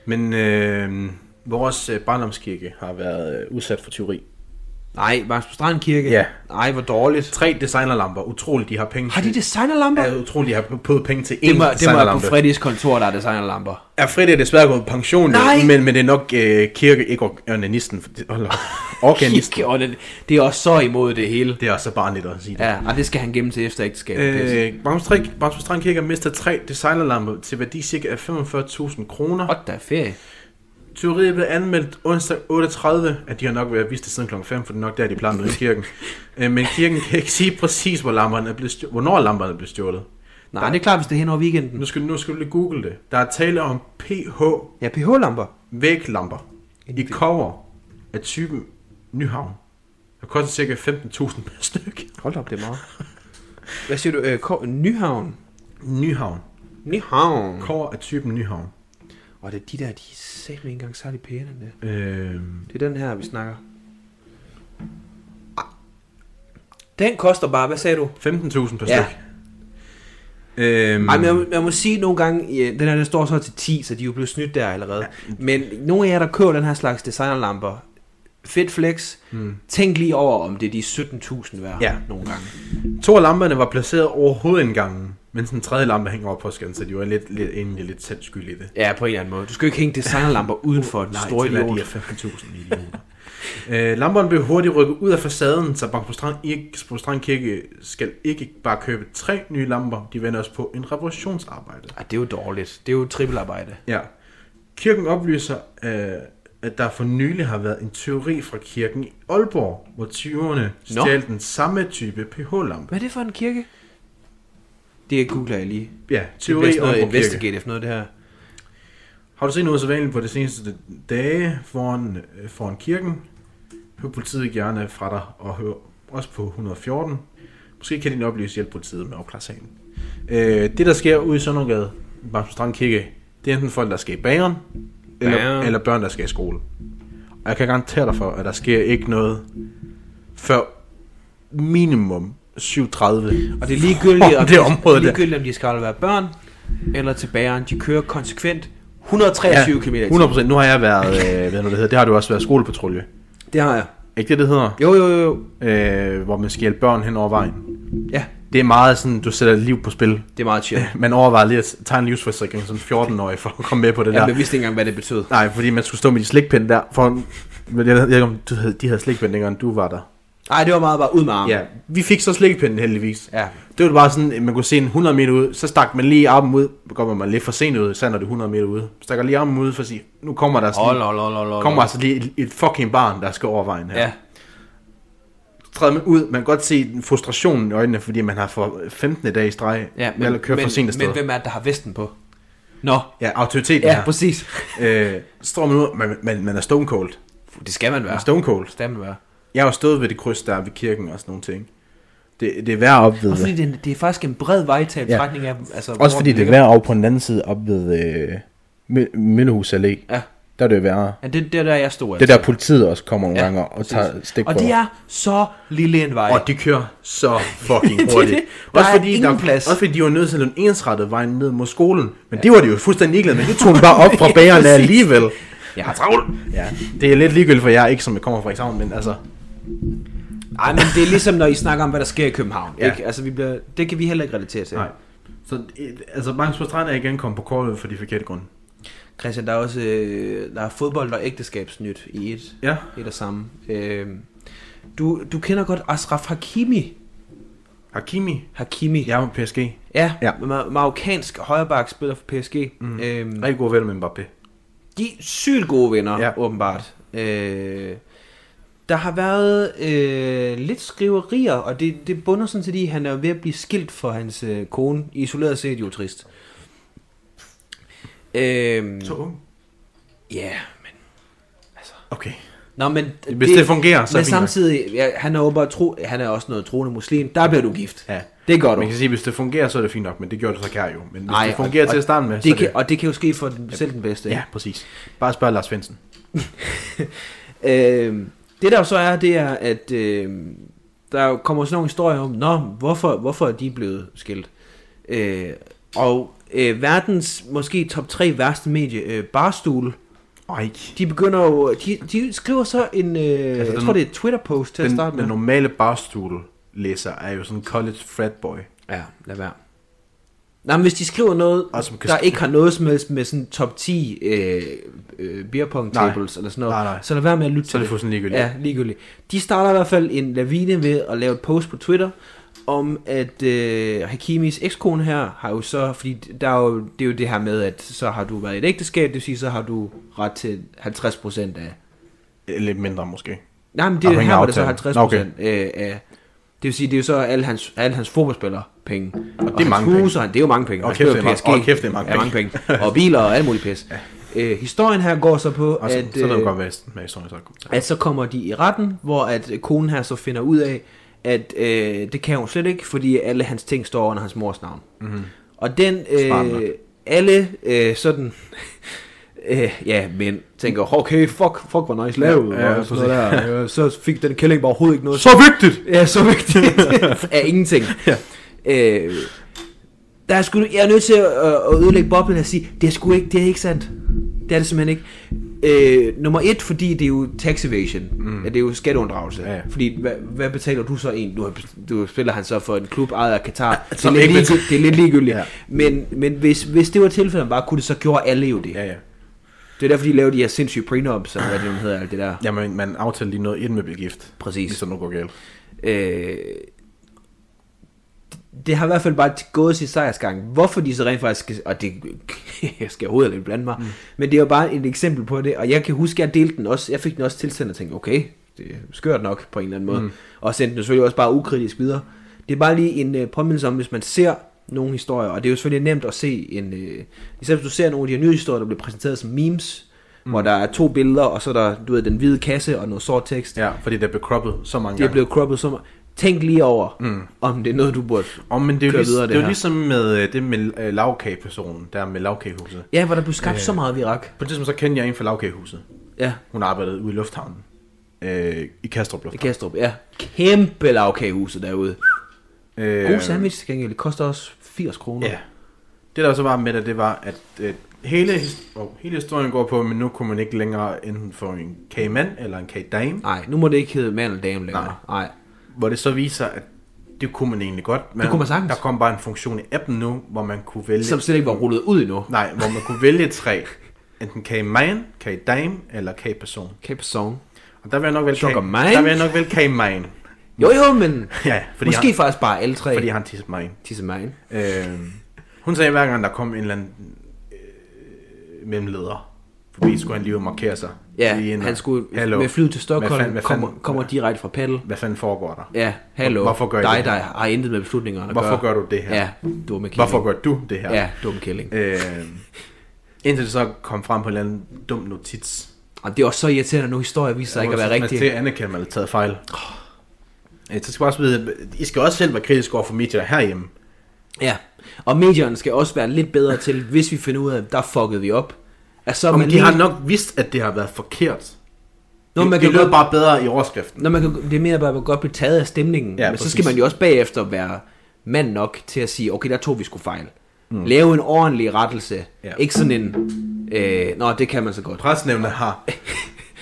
Speaker 2: Men øh, vores øh, barndomskirke har været øh, udsat for teori.
Speaker 1: Nej, Max på Strand Kirke.
Speaker 2: Ja.
Speaker 1: Nej, hvor dårligt.
Speaker 2: Tre designerlamper, utroligt, de har penge
Speaker 1: Har de
Speaker 2: til.
Speaker 1: designerlamper?
Speaker 2: Ja, utroligt, de har puttet penge til én
Speaker 1: det må, det må være på
Speaker 2: designerlampe.
Speaker 1: Freddys kontor, der er designerlamper.
Speaker 2: Ja, Fredrik er desværre gået på pension, jo,
Speaker 1: Nej!
Speaker 2: men, men det er nok øh, kirke, ikke or- organisten. for det- Hold op. Organisten.
Speaker 1: Kigge, og det, det er også så imod det hele.
Speaker 2: Det er også så barnligt at sige det.
Speaker 1: Ja, og det skal han gemme til efter ægteskabet. Øh.
Speaker 2: Øh, Barnes på Strand Kirke har mistet tre designerlamper til værdi cirka af 45.000 kroner.
Speaker 1: Og der er ferie.
Speaker 2: Tyveriet blev anmeldt onsdag 38, at de har nok været vist det siden klokken 5, for det er nok der, de plejer at møde i kirken. øh, men kirken kan ikke sige præcis, hvor lamperne er blevet stjålet, hvornår lamperne blev stjålet.
Speaker 1: Nej, det er klart, hvis det er hen over weekenden.
Speaker 2: Nu skal, nu skal du lige google det. Der er tale om PH
Speaker 1: Ja, pH-lamper.
Speaker 2: væglamper i cover af typen Nyhavn. Det koster ca. 15.000 per stykke.
Speaker 1: Hold da op, det er meget. Hvad siger du? Øh, Ko- Nyhavn.
Speaker 2: Nyhavn.
Speaker 1: Nyhavn.
Speaker 2: Cover af typen Nyhavn.
Speaker 1: Og det er de der, de er sæt med ikke engang særlig pæne, end det.
Speaker 2: Øh,
Speaker 1: Det er den her, vi snakker. Ah. Den koster bare, hvad sagde du?
Speaker 2: 15.000 per
Speaker 1: Ja.
Speaker 2: stykke. Øhm,
Speaker 1: Ej, men jeg, jeg må sige nogle gange, ja, den her den står så til 10, så de er jo blevet snydt der allerede. Men nogle af jer, der køber den her slags designerlamper, fedt flex, mm. tænk lige over, om det er de 17.000 værd
Speaker 2: Ja.
Speaker 1: nogle gange.
Speaker 2: To af lamperne var placeret over hovedindgangen, mens den tredje lampe hænger over påsken, så de var lidt, lidt, egentlig lidt selv skyld i det.
Speaker 1: Ja, på en eller anden måde. Du skal jo ikke hænge designerlamper uden for den store
Speaker 2: til værdi
Speaker 1: idiot.
Speaker 2: af 15.000 idioter. Øh, lamperne blev hurtigt rykket ud af facaden, så Bank på Strand, ikke, på Strand Kirke skal ikke bare købe tre nye lamper, de vender også på en reparationsarbejde.
Speaker 1: Ej, det er jo dårligt. Det er jo trippelarbejde.
Speaker 2: Ja. Kirken oplyser, øh, at der for nylig har været en teori fra kirken i Aalborg, hvor tyverne
Speaker 1: Nå.
Speaker 2: stjal den samme type pH-lampe.
Speaker 1: Hvad er det for en kirke? Det googler jeg lige.
Speaker 2: Ja,
Speaker 1: Det er
Speaker 2: teori
Speaker 1: vist
Speaker 2: i
Speaker 1: noget
Speaker 2: Aalborg Kirke.
Speaker 1: investigative noget, det her.
Speaker 2: Har du set noget så vanligt på de seneste dage foran, øh, foran kirken? Hør politiet gerne fra dig og hør også på 114. Måske kan din oplyse hjælpe politiet med at opklare sagen. Øh, det, der sker ude i Søndergade, i Bamsen Strand Kirke, det er enten folk, der skal i bageren, eller,
Speaker 1: Bageren.
Speaker 2: eller børn, der skal i skole. Og jeg kan garantere dig for, at der sker ikke noget før minimum 7.30.
Speaker 1: Og det er ligegyldigt, om,
Speaker 2: det område der.
Speaker 1: ligegyldigt om de skal være børn eller til bæren. De kører konsekvent 123 km.
Speaker 2: 100%. Nu har jeg været, øh, hvad nu det hedder, det har du også været skolepatrulje.
Speaker 1: Det har jeg.
Speaker 2: Er ikke det, det hedder?
Speaker 1: Jo, jo, jo, jo.
Speaker 2: øh, hvor man skal hjælpe børn hen over vejen.
Speaker 1: Ja,
Speaker 2: Det er meget sådan, du sætter liv på spil.
Speaker 1: det er meget chill.
Speaker 2: Man overvejer lige at tage en livsforsikring som 14-årig for at komme med på det
Speaker 1: Ja,
Speaker 2: der.
Speaker 1: men jeg vidste ikke engang, hvad det betød.
Speaker 2: Nej, fordi man skulle stå med de slikpinde der. For, men jeg jeg ved ikke, om du havde, de havde slikpinde, dengang du var der.
Speaker 1: Nej, det var meget bare ud med armen.
Speaker 2: Ja, vi fik så slikpinden heldigvis.
Speaker 1: ja.
Speaker 2: Det var bare sådan, at man kunne se en 100 meter ud, så stak man lige armen ud, så kommer man lidt for sent ud, så når det er 100 meter ude. Stakker lige armen ud for at sige, nu kommer der, sådan,
Speaker 1: Hold, hold, hold, hold, hold.
Speaker 2: kommer altså lige et, et fucking barn, der skal over vejen her.
Speaker 1: Ja.
Speaker 2: træde med ud. Man kan godt se den frustrationen i øjnene, fordi man har for 15. dag i streg
Speaker 1: ja
Speaker 2: men, eller kørt
Speaker 1: men,
Speaker 2: for sent afsted.
Speaker 1: men hvem er det, der har vesten på? Nå,
Speaker 2: Ja, autoriteten
Speaker 1: ja,
Speaker 2: her.
Speaker 1: præcis.
Speaker 2: Øh, så står man ud, man, man, man er stone cold. Man
Speaker 1: Det skal man
Speaker 2: er
Speaker 1: være.
Speaker 2: stone cold.
Speaker 1: Det skal man være.
Speaker 2: Jeg har jo stået ved det kryds, der er ved kirken og sådan nogle ting. Det, det er værd op ved...
Speaker 1: Og fordi det, det er faktisk en bred vejtab
Speaker 2: Ja.
Speaker 1: trækning af... Altså,
Speaker 2: også
Speaker 1: hvor
Speaker 2: fordi
Speaker 1: den
Speaker 2: det er
Speaker 1: ligger.
Speaker 2: værd op på den anden side, op ved øh, Mi- Møllehus Allé.
Speaker 1: Ja.
Speaker 2: Der er det jo værre.
Speaker 1: Ja, det, det er der, jeg stod.
Speaker 2: Det er der politiet også kommer nogle
Speaker 1: Ja,
Speaker 2: gange og tager stik
Speaker 1: og
Speaker 2: på.
Speaker 1: det er så lille en vej.
Speaker 2: Og de kører så fucking
Speaker 1: det.
Speaker 2: hurtigt.
Speaker 1: Der er ingen
Speaker 2: der,
Speaker 1: plads.
Speaker 2: Også fordi de var nødt til at lave en ensrettet vej ned mod skolen. Men det var de jo fuldstændig ligeglade med. Det tog den bare op fra bagerne
Speaker 1: præcis.
Speaker 2: alligevel.
Speaker 1: Jeg har travlt.
Speaker 2: Ja, det er lidt ligegyldigt for jer, ikke som jeg kommer fra eksamen, men altså...
Speaker 1: Nej, men det er ligesom, når I snakker om, hvad der sker i København.
Speaker 2: Ja.
Speaker 1: Ja. Ikke? Altså, vi bliver, det kan vi heller ikke relatere til.
Speaker 2: Nej. Så eh,
Speaker 1: øh,
Speaker 2: altså, Magnus på Strand er igen kommet på kortet for de forkerte grunde.
Speaker 1: Christian, der er også øh, der er fodbold og ægteskabsnyt i et,
Speaker 2: Ja.
Speaker 1: et og samme. Øh, du, du kender godt Ashraf Hakimi.
Speaker 2: Hakimi,
Speaker 1: Hakimi.
Speaker 2: jeg er med PSG.
Speaker 1: ja,
Speaker 2: Ja.
Speaker 1: ja. Ma- marokkansk højreback spiller for PSG. Mm. Øh,
Speaker 2: Rigtig god ven med Mbappé.
Speaker 1: de er sygt gode venner,
Speaker 2: Ja.
Speaker 1: ja. åbenbart. Øh, der har været øh, lidt skriverier, og det, det bunder sådan set i, at han er ved at blive skilt for hans øh, kone. Isoleret set jo trist. Øhm,
Speaker 2: Så ung.
Speaker 1: Ja, men
Speaker 2: Okay.
Speaker 1: Nå, men
Speaker 2: Hvis det, det fungerer, så
Speaker 1: men
Speaker 2: er det fint nok.
Speaker 1: samtidig, ja, han er åbenbart tro, han er også noget troende muslim. Der bliver du gift.
Speaker 2: Ja.
Speaker 1: Det gør du.
Speaker 2: Man kan sige, hvis det fungerer, så er det fint nok, men det gjorde det så kær jo. Men hvis
Speaker 1: Nej,
Speaker 2: Nej, det fungerer
Speaker 1: og-
Speaker 2: til at starte med, så er
Speaker 1: det kan, og det kan jo ske for den, selv den bedste.
Speaker 2: Ja, præcis. Bare spørg Lars Svendsen.
Speaker 1: Øh, det der jo så er, det er, at øh, der jo kommer sådan nogle historier om, Nå, hvorfor, hvorfor er de blevet skilt? Øh, og øh, verdens måske top 3 værste medie, øh, Barstool,
Speaker 2: Ej.
Speaker 1: de begynder jo, de, de skriver så en, øh, altså, jeg
Speaker 2: den-
Speaker 1: tror det er et Twitter-post til at
Speaker 2: Den,
Speaker 1: starte med.
Speaker 2: den normale barstool-læser er jo sådan en college frat boy.
Speaker 1: Ja, lad være. Nej, men hvis de skriver noget,
Speaker 2: Og som kan-
Speaker 1: der ikke har noget som helst med sådan top 10 øh, øh, beer pong
Speaker 2: Nej.
Speaker 1: tables eller sådan noget,
Speaker 2: Nej, nej.
Speaker 1: så lad være med at lytte
Speaker 2: Så er
Speaker 1: til
Speaker 2: det fuldstændig ligegyldigt.
Speaker 1: Ja, ligegyldigt. De starter i hvert fald en lavine ved at lave et post på Twitter, om at øh, Hakimis ekskone her har jo så, fordi der er jo, det er jo det her med, at så har du været i et ægteskab, det vil sige, så har du ret til 50% af...
Speaker 2: Lidt mindre måske.
Speaker 1: Nej, men det,
Speaker 2: Afhængig
Speaker 1: her
Speaker 2: af
Speaker 1: var det så
Speaker 2: aftalen.
Speaker 1: 50%
Speaker 2: Nå, okay.
Speaker 1: okay. øh, af... Det vil sige, det er jo så alle hans, alle hans fodboldspillere penge. Og,
Speaker 2: det er mange
Speaker 1: hus,
Speaker 2: penge.
Speaker 1: Og han, det er jo mange penge.
Speaker 2: Og
Speaker 1: Han
Speaker 2: kæft,
Speaker 1: spiller
Speaker 2: det er
Speaker 1: PSG.
Speaker 2: mange- og kæft, det er mange
Speaker 1: ja, mange penge. Og biler og alt muligt pis. Øh, historien her går så på,
Speaker 2: Og Altså, så,
Speaker 1: at...
Speaker 2: at, så er det
Speaker 1: øh,
Speaker 2: jo godt med, med historien, så er det godt.
Speaker 1: at så kommer de i retten, hvor at konen her så finder ud af, at øh, det kan hun slet ikke, fordi alle hans ting står under hans mors navn. Mm-hmm. Og den,
Speaker 2: Mhm. Smart nok.
Speaker 1: øh, alle øh, sådan, øh, ja, men tænker, okay, fuck, fuck hvor nice lavet,
Speaker 2: Ja, ja,
Speaker 1: og sådan noget der. Øh, så fik den kælling bare overhovedet ikke noget
Speaker 2: Så vigtigt!
Speaker 1: Ja, så vigtigt af ingenting.
Speaker 2: Ja.
Speaker 1: Øh, der er sgu, jeg er nødt til at, at ødelægge boblen og sige, det er sgu ikke, det er ikke sandt. Det er det simpelthen ikke. Øh, nummer et, fordi det er jo tax evasion. Mm. Det er jo skatteunddragelse.
Speaker 2: Ja, ja.
Speaker 1: Fordi, hvad, hvad betaler du så en? Du, har- du spiller han så for en klub ejet af Katar. Det er,
Speaker 2: Som
Speaker 1: lidt,
Speaker 2: ikke
Speaker 1: ligegyldigt, det er lidt ligegyldigt.
Speaker 2: Ja.
Speaker 1: Men, men hvis, hvis det var tilfældet, bare kunne det så gjorde alle jo det.
Speaker 2: Ja, ja.
Speaker 1: Det er derfor, de laver de her sindssyge prenups, og hvad det nu hedder, alt det der.
Speaker 2: Jamen, man aftaler lige noget inden med bliver gift.
Speaker 1: Præcis.
Speaker 2: Hvis der nu går galt.
Speaker 1: Øh, det har i hvert fald bare gået sin sejrsgang. Hvorfor de så rent faktisk skal, og det jeg skal overhovedet ikke blande mig, mm. men det er jo bare et eksempel på det, og jeg kan huske, at jeg delte den også, jeg fik den også tilsendt og tænkte, okay, det er skørt nok på en eller anden måde, mm. og sendte den selvfølgelig også bare ukritisk videre. Det er bare lige en øh, påmindelse om, hvis man ser nogle historier, og det er jo selvfølgelig nemt at se en, øh, især hvis du ser nogle af de her nyhedshistorier, der bliver præsenteret som memes, mm. hvor der er to billeder, og så er der, du ved, den hvide kasse og noget sort tekst,
Speaker 2: Ja, fordi det er blevet croppet så mange
Speaker 1: det er
Speaker 2: gange.
Speaker 1: blevet croppet så meget. Tænk lige over, mm. om det er noget, du burde...
Speaker 2: Åh, men det er jo,
Speaker 1: kørt
Speaker 2: lige,
Speaker 1: videre,
Speaker 2: det
Speaker 1: det
Speaker 2: er jo
Speaker 1: her.
Speaker 2: ligesom med øh, det med øh, lavkagepersonen, der med lavkagehuset.
Speaker 1: Ja, hvor der blev skabt øh. så meget virak.
Speaker 2: På det tidspunkt, så kendte jeg en fra lavkagehuset.
Speaker 1: Ja,
Speaker 2: Hun arbejdede ude i lufthavnen. Øh, I Kastrup
Speaker 1: i
Speaker 2: Lufthavn.
Speaker 1: Kastrup. Ja, kæmpe lavkagehuset derude.
Speaker 2: Øh,
Speaker 1: God sandwich til gengæld. Det koster også 80 kroner.
Speaker 2: Ja. Det der så var med det, det var, at øh, hele, his- oh, hele historien går på, men nu kunne man ikke længere enten få en kagemand eller en kagedame.
Speaker 1: Nej, nu må det ikke hedde mand eller dame længere.
Speaker 2: Nej.
Speaker 1: Nej.
Speaker 2: Hvor det så viser, at det kunne man egentlig godt. Men
Speaker 1: Det kunne man sagtens.
Speaker 2: Der kom bare en funktion i appen nu, hvor man kunne vælge...
Speaker 1: Som slet ikke var rullet ud endnu.
Speaker 2: Nej, hvor man kunne vælge tre. Enten kagemand, kagedame eller kageperson.
Speaker 1: Kæmpe song.
Speaker 2: Og der vil jeg nok vælge
Speaker 1: Sugar
Speaker 2: kage-
Speaker 1: mine?
Speaker 2: Der vil jeg nok vælge kagemand.
Speaker 1: Jo, jo, men...
Speaker 2: Ja, fordi
Speaker 1: Måske
Speaker 2: han-
Speaker 1: faktisk bare alle tre.
Speaker 2: Fordi han tissede mig ind.
Speaker 1: Tisse mig ind.
Speaker 2: Øh, hun sagde, hver gang der kom en eller anden øh, mellemleder forbi, skulle han lige ud og markere sig.
Speaker 1: Ja,
Speaker 2: Lige ind og-
Speaker 1: han skulle
Speaker 2: Hallo.
Speaker 1: med flyet til Stockholm,
Speaker 2: Hvad fanden- hvad
Speaker 1: kommer,
Speaker 2: fanden-
Speaker 1: kommer direkte fra paddel.
Speaker 2: Hvad fanden foregår der?
Speaker 1: Ja, hallo.
Speaker 2: Hvorfor gør I
Speaker 1: Dig,
Speaker 2: det her?
Speaker 1: der har intet med beslutningerne at
Speaker 2: Hvorfor
Speaker 1: gøre.
Speaker 2: gør du det her?
Speaker 1: Ja, dumme kælling.
Speaker 2: Hvorfor gør du det her?
Speaker 1: Ja, dumme kælling.
Speaker 2: Øh, indtil det så kom frem på en eller anden dum notits.
Speaker 1: Og det er også så irriterende, at nogle historier viser sig ikke at være
Speaker 2: Man til
Speaker 1: rigtige.
Speaker 2: at anerkende, at man har taget fejl. Øh, Så skal jeg også vide, I skal også selv være kritiske over for medier herhjemme.
Speaker 1: Ja. Og medierne skal også være lidt bedre til, hvis vi finder ud af, der fuckede vi op. At så er
Speaker 2: Om
Speaker 1: man
Speaker 2: de
Speaker 1: lige,
Speaker 2: har nok vidst, at det har været forkert.
Speaker 1: når man
Speaker 2: det
Speaker 1: kan
Speaker 2: det lød
Speaker 1: godt,
Speaker 2: bare bedre i overskriften.
Speaker 1: når man kan, det mener bare, at man godt blive taget af stemningen.
Speaker 2: Ja,
Speaker 1: men så
Speaker 2: præcis.
Speaker 1: skal man jo også bagefter være mand nok til at sige, okay, der tog vi sgu fejl. Mm. Lave en ordentlig rettelse.
Speaker 2: Ja.
Speaker 1: Ikke sådan en, øh, nå, det kan man så godt.
Speaker 2: pressenævnet har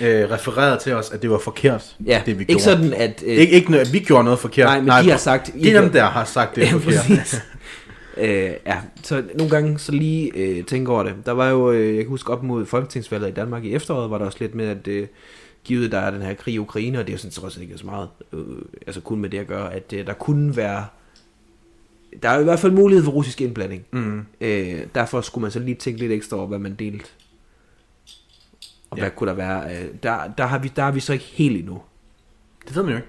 Speaker 2: øh, refereret til os, at det var forkert,
Speaker 1: Ja,
Speaker 2: det vi
Speaker 1: ikke
Speaker 2: gjorde.
Speaker 1: sådan, at... Øh,
Speaker 2: Ikke, ikke, at vi gjorde noget forkert.
Speaker 1: Nej, men de har sagt, I
Speaker 2: Det er dem,
Speaker 1: gjorde-
Speaker 2: der har sagt, det er
Speaker 1: Ja,
Speaker 2: forkert.
Speaker 1: præcis. øh, ja, så nogle gange så lige øh, tænke over det. Der var jo, øh, jeg kan huske op mod folketingsvalget i Danmark i efteråret, var der også lidt med, at øh, givet der er den her krig i Ukraine, og det er jo sådan trods alt ikke så meget, øh, altså kun med det at gøre, at øh, der kunne være, der er jo i hvert fald mulighed for russisk indblanding.
Speaker 2: Mm.
Speaker 1: Øh, derfor skulle man så lige tænke lidt ekstra over, hvad man delte. Og ja.
Speaker 2: Ja.
Speaker 1: hvad kunne der være? Øh, der, der, har vi, der er vi så ikke helt endnu.
Speaker 2: Det ved man jo ikke.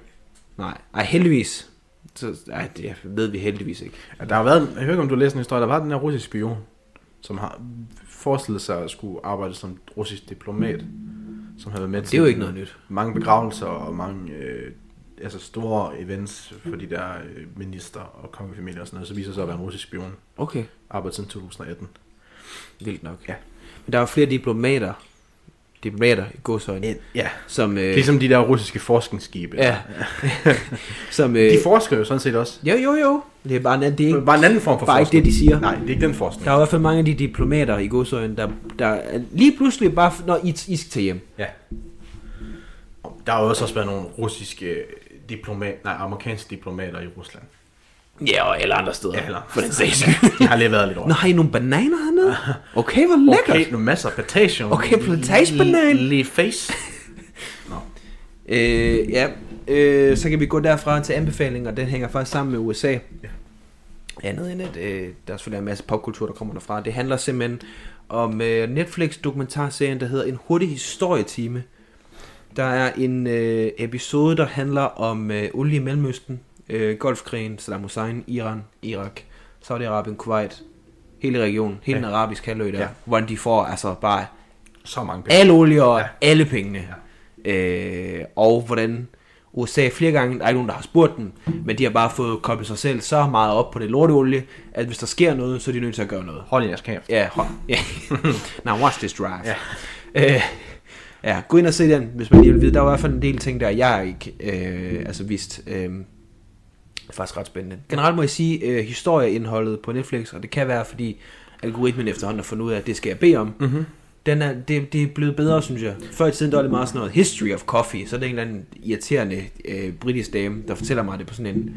Speaker 1: Nej, ej, heldigvis. Så, ej, det ved vi heldigvis ikke.
Speaker 2: Ja, Der har været, jeg ved ikke, om du har læst en historie, der var den her russiske spion, som har forestillet sig at skulle arbejde som russisk diplomat. som har været med
Speaker 1: Det er jo ikke noget nyt.
Speaker 2: mange begravelser og mange øh, altså store events for de der øh, minister og kongefamilier og sådan noget, så viser det sig at være en russisk spion.
Speaker 1: Okay.
Speaker 2: Arbejdet siden 2018.
Speaker 1: Vildt nok.
Speaker 2: Ja.
Speaker 1: Men der er jo flere diplomater, diplomater i godsøjne,
Speaker 2: Ja.
Speaker 1: som, øh,
Speaker 2: Ligesom de der russiske forskningsskibe.
Speaker 1: ja, som, øh,
Speaker 2: De forsker jo sådan set også.
Speaker 1: jo, jo, jo, det er bare en anden, det er ikke,
Speaker 2: Bare en anden form for
Speaker 1: Bare ikke
Speaker 2: forskning.
Speaker 1: det, de siger.
Speaker 2: Nej, det er ikke den forskning.
Speaker 1: der er i hvert fald mange af de diplomater i godsøjne, der, der er lige pludselig bare, når I, I skal til hjem,
Speaker 2: Ja. Der har jo også også været nogle russiske øh, diplomat, nej, amerikanske diplomater i Rusland.
Speaker 1: ja, og alle andre steder,
Speaker 2: Ja, eller-
Speaker 1: for den sags skyld.
Speaker 2: De har lige været lidt over.
Speaker 1: Nå, har I nogle bananer hernede? Okay, hvor lækkert.
Speaker 2: Okay, nu masser af plantation.
Speaker 1: Okay, plantagebanan.
Speaker 2: Lige- Lige face. Nå.
Speaker 1: Øh, ja, øh, så kan vi gå derfra til anbefalinger. Den hænger faktisk sammen med USA. Andet end at øh, der er selvfølgelig en masse popkultur, der kommer derfra. Det handler simpelthen om øh, Netflix-dokumentarserien, der hedder En hurtig historietime. Der er en øh, episode, der handler om øh, olie i Mellemøsten, øh, Golfkrigen, Saddam Hussein, Iran, Irak, Saudi-Arabien, Kuwait, hele regionen, hele ja. den arabiske halvø der, ja.
Speaker 2: Ja.
Speaker 1: hvordan de får altså bare
Speaker 2: Så mange penge.
Speaker 1: alle olier og ja. alle pengene. Ja. Øh, og hvordan USA flere gange, der er ikke nogen, der har spurgt dem, men de har bare fået koblet sig selv så meget op på det lorteolie, at hvis der sker noget, så er de nødt til at gøre noget.
Speaker 2: Hold jeres kæft.
Speaker 1: Ja, hold. Ja. Now watch this drive. Ja. Øh, ja, gå ind og se den, hvis man lige vil vide. Der er i hvert fald en del ting, der jeg ikke øh, altså vidst. Øh, faktisk ret spændende. Generelt må jeg sige, øh, historieindholdet på Netflix, og det kan være, fordi algoritmen efterhånden har fundet ud af, at det skal jeg bede om. Mm-hmm. Den er, det, det er blevet bedre, synes jeg. Før i tiden, der var det meget sådan noget history of coffee. Så er det en eller anden irriterende øh, britisk dame, der fortæller mig det på sådan en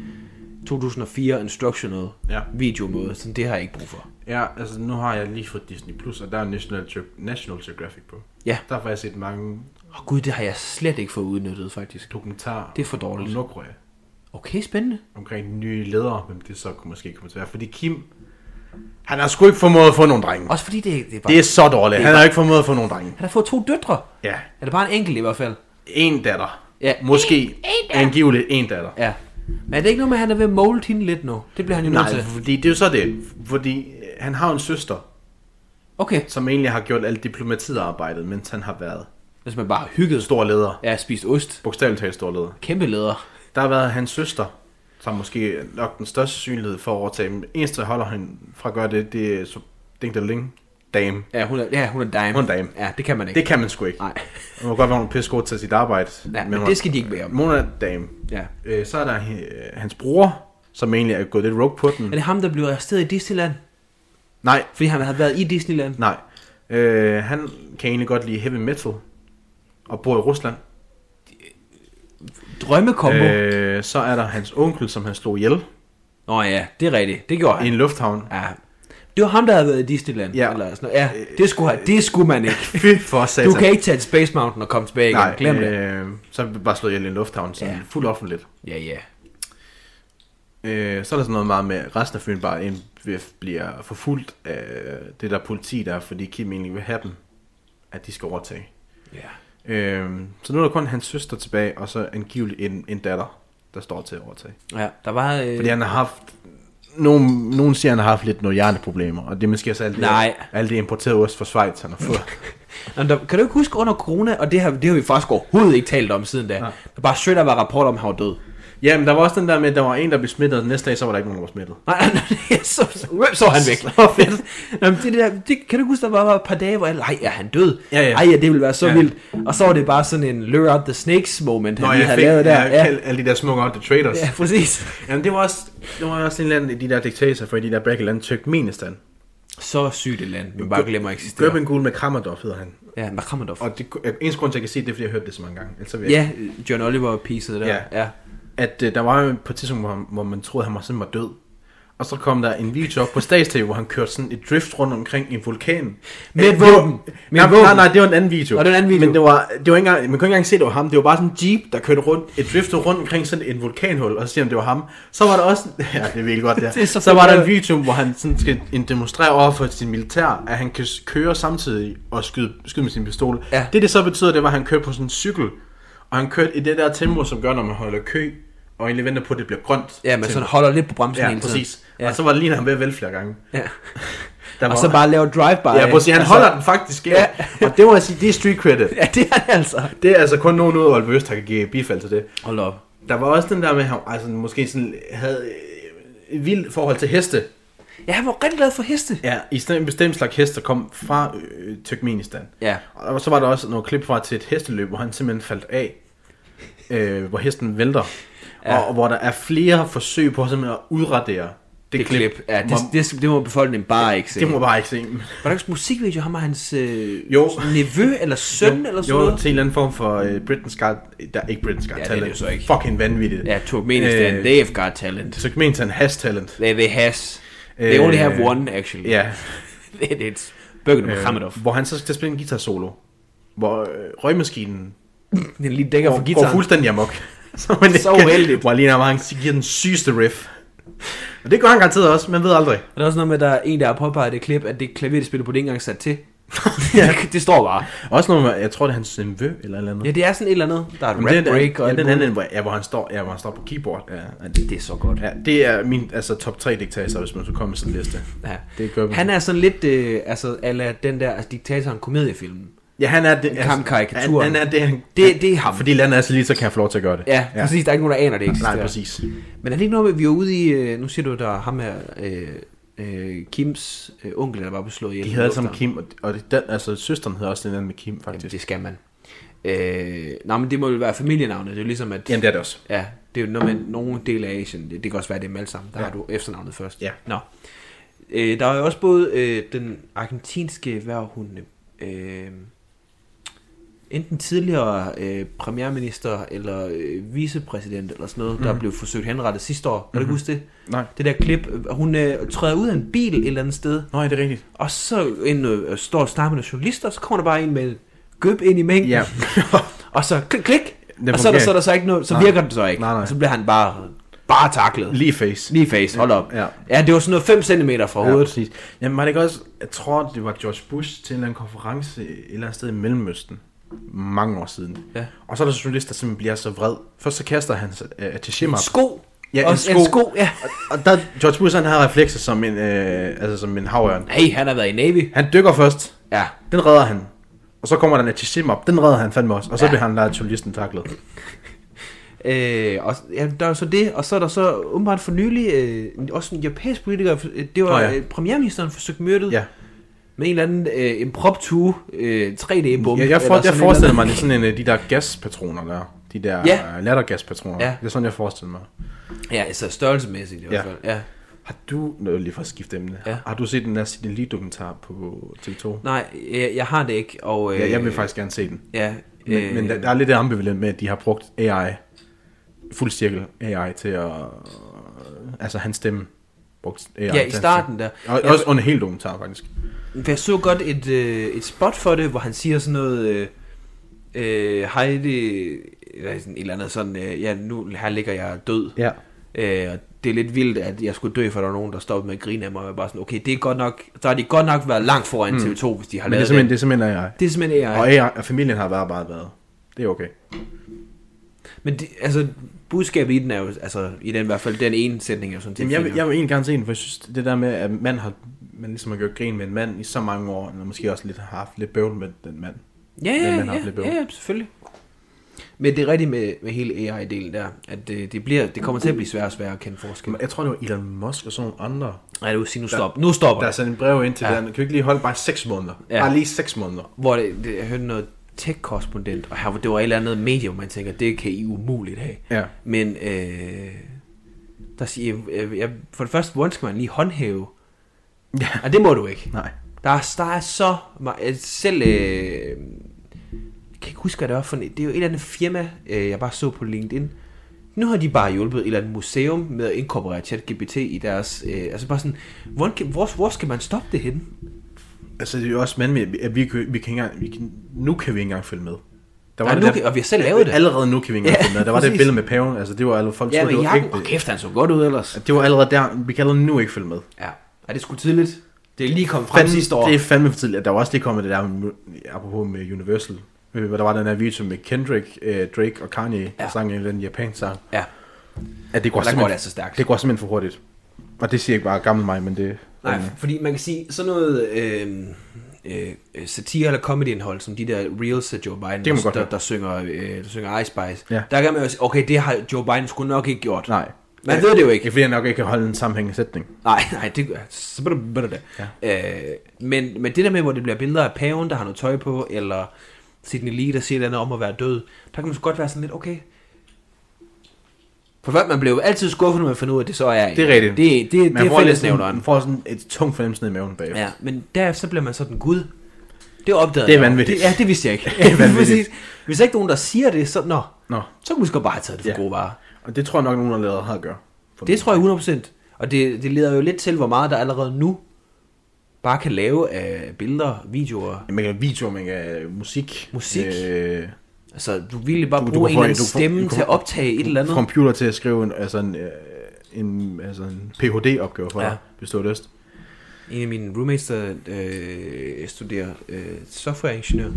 Speaker 1: 2004 instructional
Speaker 2: Ja.
Speaker 1: videomåde. Sådan, det har jeg ikke brug for.
Speaker 2: Ja, altså nu har jeg lige fået Disney+, Plus, og der er National, Ge- National Geographic på.
Speaker 1: Ja.
Speaker 2: Der har jeg set mange
Speaker 1: Åh oh, gud, det har jeg slet ikke fået udnyttet, faktisk.
Speaker 2: dokumentarer
Speaker 1: Det er for
Speaker 2: om
Speaker 1: dårligt.
Speaker 2: Nordkorea,
Speaker 1: Okay, spændende.
Speaker 2: omkring nye ledere, hvem det så kunne måske kommer til at være. Fordi Kim, han har sgu ikke formået at få nogle drenge.
Speaker 1: Også fordi det, det er bare...
Speaker 2: Det er så dårligt. Han har ikke formået at få nogle drenge.
Speaker 1: Han har fået to døtre.
Speaker 2: Ja.
Speaker 1: Eller bare en enkelt i hvert fald.
Speaker 2: En datter.
Speaker 1: Ja.
Speaker 2: Måske. En, Angiveligt en datter.
Speaker 1: Ja. Men er det ikke noget med, at han er ved at molde hende lidt nu? Det bliver han jo nødt
Speaker 2: Nej,
Speaker 1: til.
Speaker 2: fordi det er jo så det. Fordi øh, han har jo en søster,
Speaker 1: Okay.
Speaker 2: som egentlig har gjort alt diplomatiet arbejdet, mens han har været
Speaker 1: Hvis man bare har hygget.
Speaker 2: stor leder.
Speaker 1: Ja, spist ost.
Speaker 2: Bogstaveligt talt stor leder.
Speaker 1: Kæmpe leder.
Speaker 2: Der har været hans søster, som måske er nok den største synlighed for at overtage. Men eneste, der holder hende fra at gøre det, det er så ding ding dame.
Speaker 1: Ja, hun er, ja, hun er dime.
Speaker 2: Hun er dame.
Speaker 1: Ja, det kan man ikke.
Speaker 2: Det kan man sgu ikke.
Speaker 1: Nej.
Speaker 2: Hun må godt være, hun er pissegod til sit arbejde.
Speaker 1: Ja, men
Speaker 2: hun-
Speaker 1: det skal de ikke være om.
Speaker 2: Hun er dame.
Speaker 1: Ja.
Speaker 2: Øh, så er der øh, hans bror, som egentlig er gået lidt rogue på den.
Speaker 1: Er det ham, der blev arresteret i Disneyland?
Speaker 2: Nej,
Speaker 1: Fordi han havde været i Disneyland?
Speaker 2: Nej. Øh, han kan egentlig godt lide heavy metal og bor i Rusland.
Speaker 1: Drømmekombo. Øh.
Speaker 2: Øh, så er der hans onkel, som han slog ihjel
Speaker 1: Nå ja, det er rigtigt. Det gjorde
Speaker 2: i
Speaker 1: han.
Speaker 2: en lufthavn.
Speaker 1: Ja. Det var ham, der havde været i Disneyland.
Speaker 2: Ja.
Speaker 1: Eller sådan noget. Ja, det skulle, han, det skulle man ikke.
Speaker 2: Fy for satan.
Speaker 1: Du kan ikke tage et Space Mountain og komme tilbage igen.
Speaker 2: Nej,
Speaker 1: Nej, Glem det.
Speaker 2: Øh, så er vi bare slået ihjel i en lufthavn, sådan
Speaker 1: Ja.
Speaker 2: ja. fuldt offentligt.
Speaker 1: Ja, ja.
Speaker 2: Øh, så er der sådan noget meget med, at resten af Fyn bare en- bliver forfulgt af det der politi der, er, fordi Kim egentlig vil have dem, at de skal overtage.
Speaker 1: Ja.
Speaker 2: Øh, så nu er der kun hans søster tilbage, og så angiveligt en, en datter, der står til at overtage.
Speaker 1: ja der var... Øh,
Speaker 2: Fordi han har haft... Nogen, nogen siger, han har haft lidt nogle hjerneproblemer, og det er måske også alt det,
Speaker 1: Nej.
Speaker 2: alt det importerede ost fra Schweiz, han har fået.
Speaker 1: Nå, men der, kan du ikke huske under corona, og det har, det har vi faktisk overhovedet ikke talt om siden da. Der bare sødt, der var rapport om, at han var død.
Speaker 2: ja, men der var også den der med, at der var en, der blev smittet, og den næste dag, så var der ikke nogen, der var smittet.
Speaker 1: Nej, nej, nej, så, så, så, så er han væk. Nå, men det, der, det, kan du ikke huske, der bare var et par dage, hvor alle, ej, er han død?
Speaker 2: Ja, ja.
Speaker 1: Ej, ja, det ville være så ja.
Speaker 2: Ja.
Speaker 1: vildt. Og så var det bare sådan en lure out the snakes moment, han
Speaker 2: Nå,
Speaker 1: lige
Speaker 2: jeg
Speaker 1: havde
Speaker 2: fik
Speaker 1: lavet der.
Speaker 2: jeg,
Speaker 1: Ja,
Speaker 2: ja. alle de der smukke out the traders.
Speaker 1: ja,
Speaker 2: Ja.
Speaker 1: præcis.
Speaker 2: Jamen, det var også, det var også en eller anden, af de der diktatorer fra de der begge lande, Turkmenistan.
Speaker 1: Så sygt et land, man bare glemmer at eksistere.
Speaker 2: Göbengul med Kramadov hedder han.
Speaker 1: Ja, Makramadov.
Speaker 2: Og det, eneste grund til, at jeg kan se det, er, fordi jeg har hørt det så mange gange. Ellers så vil jeg,
Speaker 1: Ja, John Oliver pieces der.
Speaker 2: Ja.
Speaker 1: ja.
Speaker 2: at øh, der var jo på et tidspunkt, hvor, han- hvor man troede, at han var simpelthen var død. Og så kom der en video op på Statstv, hvor han kørte sådan et drift rundt omkring en vulkan.
Speaker 1: Med
Speaker 2: Øh,
Speaker 1: et
Speaker 2: det var-
Speaker 1: våben. Med
Speaker 2: Nej,
Speaker 1: et våben.
Speaker 2: nej, nej, det var en anden video.
Speaker 1: Nå, det var en anden video.
Speaker 2: Men det var, det var ikke engang, man kunne ikke engang se, at det var ham. Det var bare sådan en jeep, der kørte rundt, et driftede rundt omkring sådan en vulkanhul, og så siger han, det var ham. Så var der også, ja, det er virkelig godt, det, her.
Speaker 1: Det er så
Speaker 2: så, så var
Speaker 1: fedt.
Speaker 2: der en video, hvor han sådan skal en- demonstrere over for sin militær, at han kan s- køre samtidig og skyde, skyde med sin pistol.
Speaker 1: Ja.
Speaker 2: Det, det så betyder, det var, at han kørte på sådan en cykel, og han kørte i det der tempo, som gør, når man holder kø, og egentlig venter på, at det bliver grønt.
Speaker 1: Ja, men
Speaker 2: tempo.
Speaker 1: sådan holder lidt på bremsen
Speaker 2: ja,
Speaker 1: hele tiden.
Speaker 2: præcis.
Speaker 1: Ja.
Speaker 2: Ja. Og så var det lige, når han ved at vælte flere gange.
Speaker 1: Ja.
Speaker 2: Der
Speaker 1: og så bare lave drive-by.
Speaker 2: Ja, prøv at sige, han altså, holder den faktisk ja. Og det må jeg sige, det er street credit.
Speaker 1: Ja, det er det altså.
Speaker 2: Det er altså kun nogen ud af Olvøs, der kan give bifald til det.
Speaker 1: Hold op.
Speaker 2: Der var også den der med, at han altså, måske sådan, havde øh, et vildt forhold til heste.
Speaker 1: Ja, han var rigtig glad for heste.
Speaker 2: Ja, i sådan en bestemt slags hest, der kom fra øh, Turkmenistan.
Speaker 1: Ja.
Speaker 2: Og så var der også nogle klip fra til et hesteløb, hvor han simpelthen faldt af. Øh, hvor hesten vælter. Ja. Og, og hvor der er flere forsøg på simpelthen at udradere det,
Speaker 1: Det klip. Ja, det,
Speaker 2: Hvor-
Speaker 1: det, det, må befolkningen bare ikke se.
Speaker 2: det må bare ikke se.
Speaker 1: Var der ikke sådan en musikvideo, ham og hans øh,
Speaker 2: Jo.
Speaker 1: nevø eller søn
Speaker 2: jo,
Speaker 1: eller sådan
Speaker 2: jo,
Speaker 1: noget?
Speaker 2: til en eller anden form for uh, Britain's Got... Der, ikke Britain's Got
Speaker 1: Ja, det er
Speaker 2: Talent.
Speaker 1: det jo så ikke.
Speaker 2: Fucking vanvittigt.
Speaker 1: Ja, Turkmenistan, øh, they've got talent.
Speaker 2: Turkmenistan has talent.
Speaker 1: They, they has. They only have
Speaker 2: Øh,
Speaker 1: one, actually.
Speaker 2: Ja.
Speaker 1: It, it's Birgit Muhammedov.
Speaker 2: Øh, hvor han så skal spille en guitar solo. Hvor øh, røgmaskinen
Speaker 1: Den lige dækker for
Speaker 2: går
Speaker 1: gitaren.
Speaker 2: fuldstændig amok. så, man
Speaker 1: Så
Speaker 2: ikke-
Speaker 1: uheldigt.
Speaker 2: Hvor lige nærmere han giver den sygeste riff. Og det gør han garanteret også, man ved aldrig.
Speaker 1: Og der er også noget med, at der er en, der har påpeget det klip, at det klaver, de spiller på, det er ikke engang sat til. ja. det står bare.
Speaker 2: Også noget med, jeg tror det er hans nevø eller et eller andet.
Speaker 1: Ja, det er sådan et eller andet. Der er et
Speaker 2: Men
Speaker 1: rap
Speaker 2: den,
Speaker 1: break og
Speaker 2: ja,
Speaker 1: alt
Speaker 2: den
Speaker 1: muligt.
Speaker 2: anden, hvor, ja, hvor han står, ja, hvor han står på keyboard. Ja, ja, det,
Speaker 1: Det er så godt.
Speaker 2: ja, det er min altså, top 3 diktator, hvis man skulle komme med sådan en liste.
Speaker 1: Ja.
Speaker 2: Det gør man.
Speaker 1: Han er sådan lidt, øh, altså, ala den der altså, diktatoren komediefilmen.
Speaker 2: Ja, han er det.
Speaker 1: karikaturen.
Speaker 2: Han, han er det, han,
Speaker 1: Det- det er ham.
Speaker 2: Fordi landet er så lige, så kan jeg få lov til at gøre det.
Speaker 1: Ja, ja, præcis. Der er ikke nogen, der aner, det eksisterer.
Speaker 2: Nej, præcis.
Speaker 1: Men er det ikke noget med, at vi var ude i, øh, nu siger du, der er ham her, øh, øh, Kims øh, onkel, der var beslået ihjel.
Speaker 2: De hedder alle sammen
Speaker 1: Lufthavn.
Speaker 2: Kim, og, og det, den, altså søsteren hedder også den anden med Kim,
Speaker 1: Jamen,
Speaker 2: faktisk.
Speaker 1: det skal man. Øh, nej, men det må jo være familienavnet. Det er jo ligesom, at...
Speaker 2: Jamen, det er det også.
Speaker 1: Ja, det er jo noget med nogle dele af Asien. Det, det kan også være, det er dem alle sammen. Der ja. har du efternavnet først.
Speaker 2: Ja.
Speaker 1: Nå. Øh, der er jo også både øh, den argentinske, hvad var hun, øh, enten tidligere øh, premierminister eller øh, vicepræsident eller sådan noget, mm. der blev forsøgt henrettet sidste år. Kan mm-hmm. du huske det?
Speaker 2: Mhm. Nej.
Speaker 1: Det der klip, øh, hun øh, træder ud af en bil et eller andet sted,
Speaker 2: Nå, er det rigtigt?
Speaker 1: og så en, øh, står og snakker med nogle journalister, og så kommer der bare en med en gøb ind i mængden.
Speaker 2: Ja.
Speaker 1: Og så klik, klik.
Speaker 2: Den
Speaker 1: og så er, der,
Speaker 2: fungerer
Speaker 1: så er der så ikke noget, så
Speaker 2: Nej.
Speaker 1: virker det så ikke.
Speaker 2: Nej, nej.
Speaker 1: Så bliver han bare, bare taklet.
Speaker 2: Lige face.
Speaker 1: Lige i face, hold op.
Speaker 2: Ja.
Speaker 1: ja, det var sådan noget 5 cm fra
Speaker 2: Ja,
Speaker 1: hovedet.
Speaker 2: præcis. Jamen, var det ikke også, jeg tror, det var George Bush til en eller anden konference et eller andet sted i Mellemøsten mange år siden.
Speaker 1: Ja.
Speaker 2: Og så er der en journalist, der simpelthen bliver så vred. Først så kaster han øh, attaché
Speaker 1: En Sko.
Speaker 2: Ja, en
Speaker 1: Også
Speaker 2: sko.
Speaker 1: en sko. Ja.
Speaker 2: Og der, George Bush, han har reflekser som en, øh, altså som en havørn.
Speaker 1: Hey, han har været i Navy.
Speaker 2: Han dykker først,
Speaker 1: Ja.
Speaker 2: Den redder han. Og så kommer der en Atishim op. Den redder han fandme også. Og så
Speaker 1: Ja.
Speaker 2: ja. bliver han der journalisten taklet.
Speaker 1: Øh, og, ja, der er så det, og så er der så åbenbart for nylig øh, også en japansk politiker, øh, det var
Speaker 2: Nå,
Speaker 1: oh,
Speaker 2: ja.
Speaker 1: ja. øh, premierministeren forsøgt myrdet
Speaker 2: Ja.
Speaker 1: med en eller anden øh, impromptu øh, 3D-bombe.
Speaker 2: Jeg, jeg, for,
Speaker 1: eller sådan
Speaker 2: jeg
Speaker 1: et
Speaker 2: forestiller
Speaker 1: eller
Speaker 2: mig,
Speaker 1: andet.
Speaker 2: det er sådan en af de der gaspatroner der. De der
Speaker 1: Ja.
Speaker 2: ja. lattergaspatroner.
Speaker 1: Ja.
Speaker 2: Ja. Det er sådan, jeg forestiller mig.
Speaker 1: Ja, altså størrelsemæssigt i hvert
Speaker 2: Ja.
Speaker 1: fald. Ja.
Speaker 2: Har du, nå, lige for at skifte emne,
Speaker 1: Ja.
Speaker 2: ja. har du set den der Sidney Lee dokumentar på TV2? Nej,
Speaker 1: Nej, jeg, jeg har det ikke, og...
Speaker 2: øh, ja, jeg vil faktisk gerne se den.
Speaker 1: Ja,
Speaker 2: Men, øh, men der, der er lidt ambivalent med, at de har brugt AI, fuld cirkel AI til at, altså hans stemme, brugt AI til
Speaker 1: Ja, i
Speaker 2: hans
Speaker 1: starten der.
Speaker 2: stemme. Og,
Speaker 1: Ja,
Speaker 2: også under hele dokumentar faktisk.
Speaker 1: For jeg så godt et, øh, et spot for det, hvor han siger sådan noget... Øh, øh, hej, det... Eller sådan et eller andet sådan... Øh, ja, nu her ligger jeg død.
Speaker 2: Ja.
Speaker 1: Øh, og det er lidt vildt, at jeg skulle dø, for der var nogen, der stoppede med at grine af mig. Og jeg var bare sådan, okay, det er godt nok... Så har de godt nok været langt foran mm. TV2, hvis de har
Speaker 2: Men det er
Speaker 1: lavet
Speaker 2: simpelthen, det
Speaker 1: det.
Speaker 2: er simpelthen AI.
Speaker 1: Det er simpelthen AI.
Speaker 2: Og AI, og familien har bare bare været. Det er okay.
Speaker 1: Men det, altså, budskabet i den er jo... Altså, i den i hvert fald, den ene sætning er jo sådan... set
Speaker 2: Jamen, jeg, vil,
Speaker 1: fint
Speaker 2: jeg
Speaker 1: nok.
Speaker 2: vil egentlig gerne se den, for jeg synes, det der med, at man har man ligesom har gjort grin med en mand i så mange år, og måske også lidt har haft lidt bøvl med den mand.
Speaker 1: Ja,
Speaker 2: men
Speaker 1: ja,
Speaker 2: man har
Speaker 1: ja,
Speaker 2: haft lidt
Speaker 1: ja, ja, selvfølgelig. Men det er rigtigt med, med hele AI-delen der, at øh, det, det, bliver, det kommer til at blive sværere og sværere at kende forskel.
Speaker 2: Jeg tror, det var Elon Musk og sådan nogle andre,
Speaker 1: Nej, det vil sige, nu stop. Nu stopper
Speaker 2: der
Speaker 1: det.
Speaker 2: sendte en brev ind til
Speaker 1: Ja.
Speaker 2: ja. den. Kan vi ikke lige holde bare 6 måneder?
Speaker 1: Ja.
Speaker 2: Ja. Bare lige 6 måneder.
Speaker 1: Hvor det, det, jeg hørte noget tech-korrespondent, og her, det var et eller andet medie, hvor man tænker, det kan I umuligt have.
Speaker 2: Ja.
Speaker 1: Men øh, der siger, øh, jeg, for det første, hvordan skal man lige håndhæve?
Speaker 2: Ja.
Speaker 1: Og det må du ikke.
Speaker 2: Nej.
Speaker 1: Der er, der er så meget, selv, øh, jeg kan ikke huske, hvad det var for en, det er jo et eller andet firma, øh, jeg bare så på LinkedIn. Nu har de bare hjulpet et eller andet museum med at inkorporere ChatGPT i deres, øh, altså bare sådan, hvor, kan, hvor, hvor skal man stoppe det henne?
Speaker 2: Altså, det er jo også mand med, at vi, kan- vi kan ikke engang, vi kan, nu kan vi ikke engang følge med. Der
Speaker 1: Nej, nu kan- og vi har selv lavet det.
Speaker 2: Allerede nu kan vi ikke engang
Speaker 1: Ja,
Speaker 2: følge med. Der var
Speaker 1: præcis.
Speaker 2: det billede med paven, altså det var alle folk,
Speaker 1: Ja,
Speaker 2: troede,
Speaker 1: men
Speaker 2: det var
Speaker 1: Jacob,
Speaker 2: ægte.
Speaker 1: og kæft, han så godt ud ellers.
Speaker 2: Det var allerede der, vi kan allerede nu ikke følge med.
Speaker 1: Ja, er det sgu tidligt? Det er lige kommet frem
Speaker 2: fandme,
Speaker 1: sidste år.
Speaker 2: Det er fandme for tidligt. at Der var også lige kommet det der, med- apropos med Universal. Øh, Hvor der var den her video med Kendrick, øh, Drake og Kanye,
Speaker 1: Ja.
Speaker 2: der sang en- den japansk sang.
Speaker 1: Ja,
Speaker 2: At det går,
Speaker 1: der går det
Speaker 2: simpelthen,
Speaker 1: altså stærkt.
Speaker 2: det går simpelthen for hurtigt. Og det siger ikke bare gammel mig, men det,
Speaker 1: Nej, fordi man kan sige, sådan noget øh, øh, satire eller comedyindhold, som de der reels af Joe Biden, altså,
Speaker 2: kan man godt
Speaker 1: der,
Speaker 2: høre.
Speaker 1: der, synger, øh, der synger Ice Spice,
Speaker 2: Ja.
Speaker 1: der kan man jo sige, okay, det har Joe Biden sgu nok ikke gjort.
Speaker 2: Nej.
Speaker 1: Man ved det jo ikke.
Speaker 2: Ikke fordi han nok ikke kan holde en sammenhængende sætning.
Speaker 1: Nej, nej, det så bada, bada, da. Øh, men, men det der med, hvor det bliver billeder af paven, der har noget tøj på, eller Sidney Lee, der siger et eller andet om at være død, der kan man så godt være sådan lidt, okay. For før, man bliver jo altid skuffet, når man finder ud af, at det så er en.
Speaker 2: Det er rigtigt.
Speaker 1: Det, det, det, det er
Speaker 2: får lidt sådan,
Speaker 1: fællesnævneren.
Speaker 2: man får sådan et tungt fornemmelse ned i maven bag.
Speaker 1: Ja, men der så bliver man sådan, gud, det opdagede
Speaker 2: Det er
Speaker 1: jeg.
Speaker 2: vanvittigt.
Speaker 1: Det, ja, det vidste jeg ikke.
Speaker 2: Det er vanvittigt.
Speaker 1: Præcis. Hvis der ikke er nogen, der siger det, så, nå,
Speaker 2: Nå,
Speaker 1: så kan vi sgu bare have taget det for
Speaker 2: Ja.
Speaker 1: ja. gode varer.
Speaker 2: og det tror jeg nok, nogen allerede har at gøre.
Speaker 1: Det tror jeg 100%. Og det, det leder jo lidt til, hvor meget der allerede nu bare kan lave af billeder, videoer.
Speaker 2: Man kan video, man kan musik.
Speaker 1: Musik.
Speaker 2: Øh,
Speaker 1: Altså, du vil virkelig bare
Speaker 2: Du- du
Speaker 1: bruge
Speaker 2: kan
Speaker 1: en
Speaker 2: få-
Speaker 1: eller anden
Speaker 2: du kan få-
Speaker 1: stemme
Speaker 2: du kan
Speaker 1: til at
Speaker 2: få-
Speaker 1: optage et eller andet.
Speaker 2: computer til at skrive en, altså en, øh, en, altså en Ph.D.-opgave for
Speaker 1: Ja.
Speaker 2: ja. dig, hvis du har lyst.
Speaker 1: En af mine roommates, der øh, studerer øh, softwareingeniør,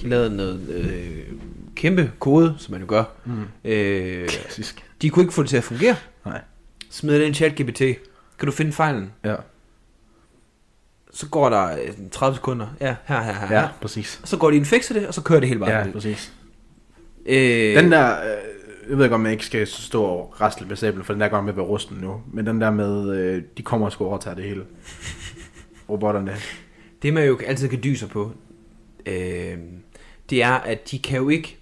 Speaker 1: de lavede noget øh, kæmpe kode, som man jo gør. Mm. Øh,
Speaker 2: Klassisk.
Speaker 1: de kunne ikke få det til at fungere.
Speaker 2: Nej.
Speaker 1: Smid den chat GPT. Kan du finde fejlen?
Speaker 2: Ja.
Speaker 1: Så går der øh, 30 sekunder. Ja, her, her, her.
Speaker 2: Ja,
Speaker 1: her.
Speaker 2: præcis.
Speaker 1: Og så går de ind og fikser det, og så kører det hele bare.
Speaker 2: Ja, præcis.
Speaker 1: Øh,
Speaker 2: Den der, øh, jeg ved godt, man ikke skal stå og rasle med sablen, for den der går med at være rusten nu. Men den der med, øh, de kommer og skulle overtage det hele. Robotterne.
Speaker 1: Det man jo altid kan dyse på, øh, det er, at de kan jo ikke...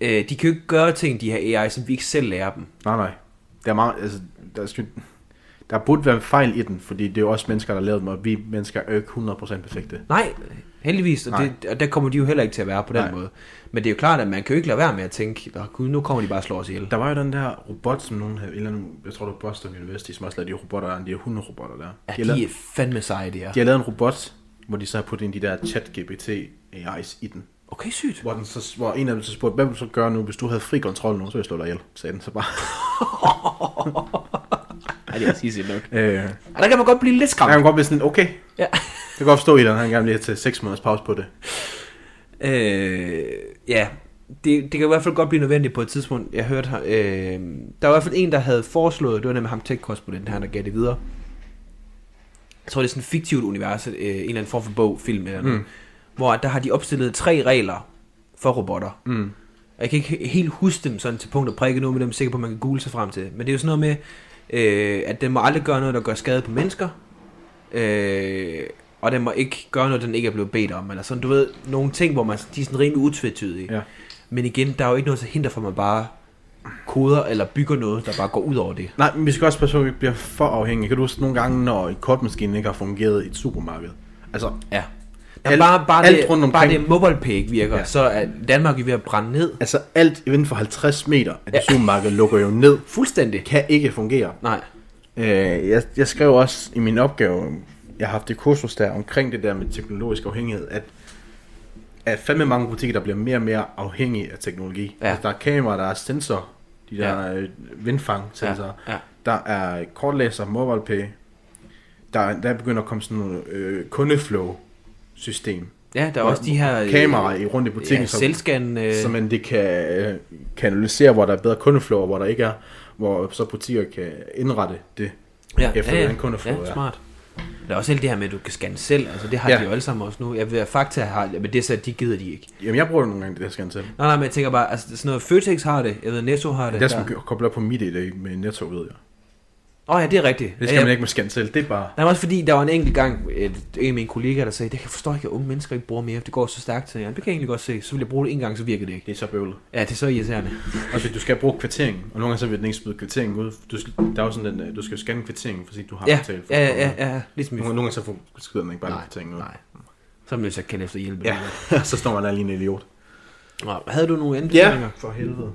Speaker 1: Øh, de kan jo ikke gøre ting, de her AI, som vi ikke selv lærer dem.
Speaker 2: Nej, nej. Der er meget, altså, der, skal, der burde være fejl i den, fordi det er jo også mennesker, der lavede dem, og vi mennesker er jo ikke 100% perfekte.
Speaker 1: Nej, heldigvis, og,
Speaker 2: Nej.
Speaker 1: Det, og der kommer de jo heller ikke til at være på den
Speaker 2: Nej.
Speaker 1: Nej. måde. Men det er jo klart, at man kan jo ikke lade være med at tænke, "Nå, gud, nu kommer de bare og slår os ihjel.
Speaker 2: Der var jo den der robot, som nogen havde, eller anden, jeg tror det var Boston University, som også lavede de robotter, der, de her hunderobotter der.
Speaker 1: Ja,
Speaker 2: har lavet-
Speaker 1: de er fandme seje, de er.
Speaker 2: de har lavet en robot, hvor de så har puttet ind de der chat-GPT AI's i den.
Speaker 1: Okay, sygt.
Speaker 2: Hvor, den så, hvor en af dem så spurgte, hvad vil du så gøre nu, hvis du havde fri kontrol nu, så vil jeg slå dig ihjel, sagde den så bare.
Speaker 1: Ja, det er sige nok.
Speaker 2: øh,
Speaker 1: Og der kan man godt blive lidt
Speaker 2: jeg
Speaker 1: skræmt.
Speaker 2: kan godt blive sådan, okay,
Speaker 1: Ja.
Speaker 2: det kan godt forstå, Elon, han gerne vil have til 6 måneders pause på det.
Speaker 1: Øh, ja, det, det kan i hvert fald godt blive nødvendigt på et tidspunkt. Jeg hørte, ham- øh, der var i hvert fald en, der havde foreslået, det var nemlig ham tech-korrespondenten her, der gav det videre. Jeg tror, det er sådan et fiktivt univers, øh, en eller anden form for bog, film eller noget, mm. hvor at der har de opstillet tre regler for robotter. Mm. Jeg kan ikke he- helt huske dem sådan til punkt og prikke nu, men dem er jeg sikker på, at man kan google sig frem til. Men det er jo sådan noget med, øh, at den må aldrig gøre noget, der gør skade på mennesker. Øh, og den må ikke gøre noget, den ikke er blevet bedt om. Eller sådan, du ved, nogle ting, hvor man, de er sådan rimelig utvetydige.
Speaker 2: Ja.
Speaker 1: Men igen, der er jo ikke noget til hinder for, at man bare koder eller bygger noget, der bare går ud over det.
Speaker 2: Nej, men vi skal også passe på, at vi ikke bliver for afhængige. Kan du huske nogle gange, når et kortmaskine ikke har fungeret i et supermarked? Altså,
Speaker 1: Ja. Jamen,
Speaker 2: Alt-
Speaker 1: bare, bare,
Speaker 2: alt
Speaker 1: det,
Speaker 2: rundt
Speaker 1: bare
Speaker 2: omkring.
Speaker 1: det mobile pay ikke virker,
Speaker 2: Ja.
Speaker 1: ja. så er Danmark jo ved at brænde ned.
Speaker 2: altså alt inden for 50 meter af det ja.
Speaker 1: Ja.
Speaker 2: supermarked lukker jo ned.
Speaker 1: Fuldstændig.
Speaker 2: Kan ikke fungere.
Speaker 1: Nej.
Speaker 2: Øh, jeg, jeg skrev også i min opgave, jeg har haft det kursus der omkring det der med teknologisk afhængighed, at at fandme mange butikker, der bliver mere og mere afhængige af teknologi.
Speaker 1: Ja.
Speaker 2: Altså, der er kameraer, der er sensorer, de der
Speaker 1: Ja.
Speaker 2: ja. vindfang-sensorer,
Speaker 1: Ja, ja.
Speaker 2: der er kortlæser, mobile pay, der, der begynder at komme sådan noget øh, kundeflow-system.
Speaker 1: Ja, der er
Speaker 2: Hvor-
Speaker 1: også de her... øh,
Speaker 2: Kameraer i rundt i butikken,
Speaker 1: ja, selvscan... Øh,
Speaker 2: så man det kan, øh, kan analysere, hvor der er bedre kundeflow, og hvor der ikke er, hvor så butikker kan indrette det
Speaker 1: ja,
Speaker 2: efter,
Speaker 1: ja, ja,
Speaker 2: hvordan kundeflow
Speaker 1: ja,
Speaker 2: er.
Speaker 1: smart. Der er også alt det her med, at du kan scanne selv. Altså, det har
Speaker 2: Ja.
Speaker 1: ja. de jo alle sammen også nu. Jeg ved, at Fakta har... Men det er så, at de gider de ikke.
Speaker 2: Jamen, jeg bruger det nogle gange, det der scan til.
Speaker 1: Nej, nej, men jeg tænker bare... Altså, sådan noget Føtex har det. Jeg ved, Netto har det.
Speaker 2: Det er som kobler på mit idé med Netto, ved jeg.
Speaker 1: Åh oh, ja, det er rigtigt.
Speaker 2: Det skal
Speaker 1: ja,
Speaker 2: man ikke med scan til. Det er bare...
Speaker 1: Der var også fordi, der var en enkelt gang, et, en af mine kollegaer, der sagde, det kan jeg forstå ikke, at unge mennesker ikke bruger mere, det går så stærkt. Så jeg, det kan jeg egentlig godt se. Så vil jeg bruge det en gang, så virkede det ikke.
Speaker 2: Det er så bøvlet.
Speaker 1: Ja, det er så irriterende.
Speaker 2: Og så du skal bruge kvitteringen, og nogle gange så vil den ikke smide kvitteringen ud. Du skal, der er jo sådan den, øh, du skal jo scanne kvitteringen, for at sige, du har
Speaker 1: Ja,
Speaker 2: betalt. For
Speaker 1: ja,
Speaker 2: at
Speaker 1: ja,
Speaker 2: komme.
Speaker 1: ja, ja, ligesom i...
Speaker 2: Nogle, nogle gange så får- skyder den ikke bare
Speaker 1: Nej,
Speaker 2: kvitteringen ud.
Speaker 1: nej. Så er man nødt til at kende efter hjælp.
Speaker 2: Ja, så står man der lige en idiot.
Speaker 1: Nå, havde du nogle anbefalinger?
Speaker 2: for helvede.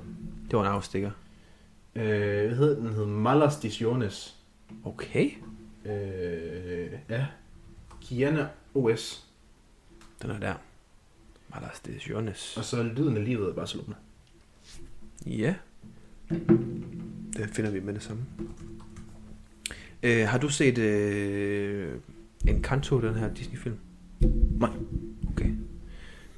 Speaker 1: Det var en afstikker.
Speaker 2: Øh, hvad hed den? Den hed Malas Dijones.
Speaker 1: Okay.
Speaker 2: Øh, ja. Kiana OS.
Speaker 1: Den er der. Malas de Jones.
Speaker 2: Og så Lyden af livet i Barcelona.
Speaker 1: Ja. Det finder vi med det samme. Øh, har du set øh, Encanto, den her Disney-film?
Speaker 2: Nej.
Speaker 1: Okay.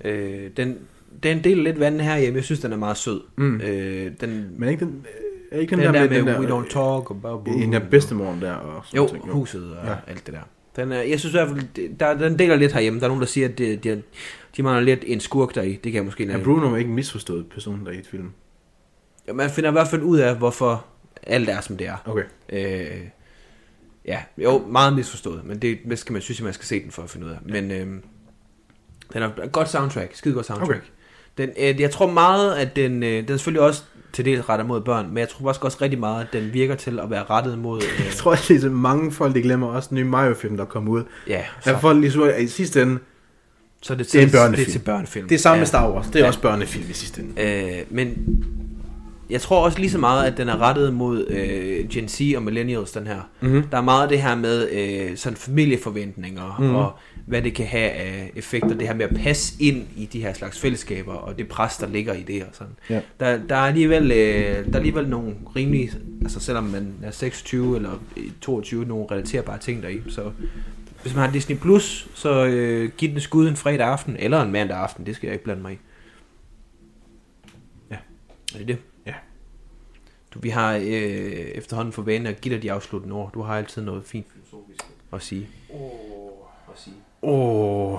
Speaker 1: Øh, den, den deler lidt vand her hjemme. Jeg synes, den er meget sød.
Speaker 2: Mm.
Speaker 1: Øh, den,
Speaker 2: Men ikke den... Øh, Er ikke
Speaker 1: Den, den
Speaker 2: den,
Speaker 1: der,
Speaker 2: med,
Speaker 1: med,
Speaker 2: den der, øh,
Speaker 1: we don't talk about
Speaker 2: En der bedstemoren der og sådan
Speaker 1: Jo,
Speaker 2: ting.
Speaker 1: huset og
Speaker 2: Ja.
Speaker 1: ja. alt det der. Den, er, jeg synes i hvert fald, det- der, den deler lidt herhjemme. Der er nogen, der siger, at det, de, de mangler lidt en skurk deri. Det kan jeg måske
Speaker 2: Er
Speaker 1: nævne.
Speaker 2: Bruno ikke en misforstået person der i et film?
Speaker 1: Ja, Man finder i hvert fald ud af, hvorfor alt er, som det er.
Speaker 2: Okay.
Speaker 1: Øh, ja, jo, meget misforstået, men det det skal man synes, jeg, man skal se den for at finde ud af. Men øh, den har et godt soundtrack, skide godt soundtrack.
Speaker 2: Okay.
Speaker 1: Okay. Den, øh, jeg tror meget, at den, øh, den er selvfølgelig også til dels rettet mod børn, men jeg tror faktisk også rigtig meget, at den virker til at være rettet mod... Øh,
Speaker 2: Jeg tror også, det er så mange folk, de glemmer også den nye Mario-film, der kom ud.
Speaker 1: ja,
Speaker 2: Der er
Speaker 1: så,
Speaker 2: folk lige så, i sidste ende,
Speaker 1: så er det,
Speaker 2: det er en
Speaker 1: det
Speaker 2: børnefilm.
Speaker 1: er til børnefilm.
Speaker 2: det er samme
Speaker 1: ja.
Speaker 2: med Star Wars. Det er
Speaker 1: Ja.
Speaker 2: også børnefilm i sidste ende.
Speaker 1: Øh, men jeg tror også lige så meget, at den er rettet mod øh, Gen Z og Millennials, den her.
Speaker 2: Mhm.
Speaker 1: Der er meget af det her med øh, sådan familieforventninger,
Speaker 2: Mhm.
Speaker 1: mm. og hvad det kan have af effekter, det her med at passe ind i de her slags fællesskaber, og det pres, der ligger i det og sådan.
Speaker 2: Ja.
Speaker 1: Der, der, er alligevel, øh, der er alligevel nogle rimelige, altså selvom man er 26 eller 22, nogle relaterbare ting deri, så... Hvis man har Disney Plus, så øh, giv den et skud en fredag aften, eller en mandag aften, det skal jeg ikke blande mig i. Er det det?
Speaker 2: Ja.
Speaker 1: Du, vi har øh, efterhånden for vane at give dig de afsluttende ord. Du har altid noget fint at sige. Oh. At sige.
Speaker 2: Åh.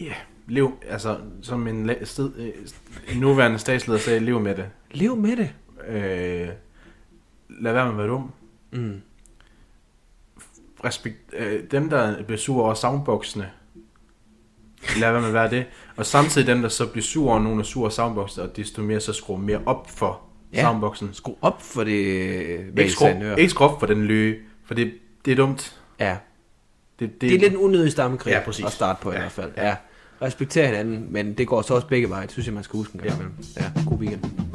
Speaker 2: Ja, lev, altså, som en la- sted, øh, st- nuværende statsleder sagde, lev med det.
Speaker 1: Lev med det.
Speaker 2: Øh, lad være med at være dum.
Speaker 1: Mm.
Speaker 2: Respekt, øh, dem, der bliver sure over soundboxene, lad være med at være det. Og samtidig dem, der så bliver sure over, nogen er sure over soundboxene, og desto mere så skruer mere op for ja.
Speaker 1: Ja.
Speaker 2: soundboxen.
Speaker 1: Skru op for det øh,
Speaker 2: Ikke skru,
Speaker 1: valgsanør.
Speaker 2: ikke skru op for den løge, for det, det er dumt.
Speaker 1: Ja.
Speaker 2: Det,
Speaker 1: Det er lidt en unødig stammekrig
Speaker 2: Ja, præcis.
Speaker 1: at starte på ja.
Speaker 2: Ja,
Speaker 1: i hvert fald.
Speaker 2: ja.
Speaker 1: Ja. Respekter hinanden, men det går så også begge veje. Det synes jeg, man skal huske en gang imellem. Ja. God weekend.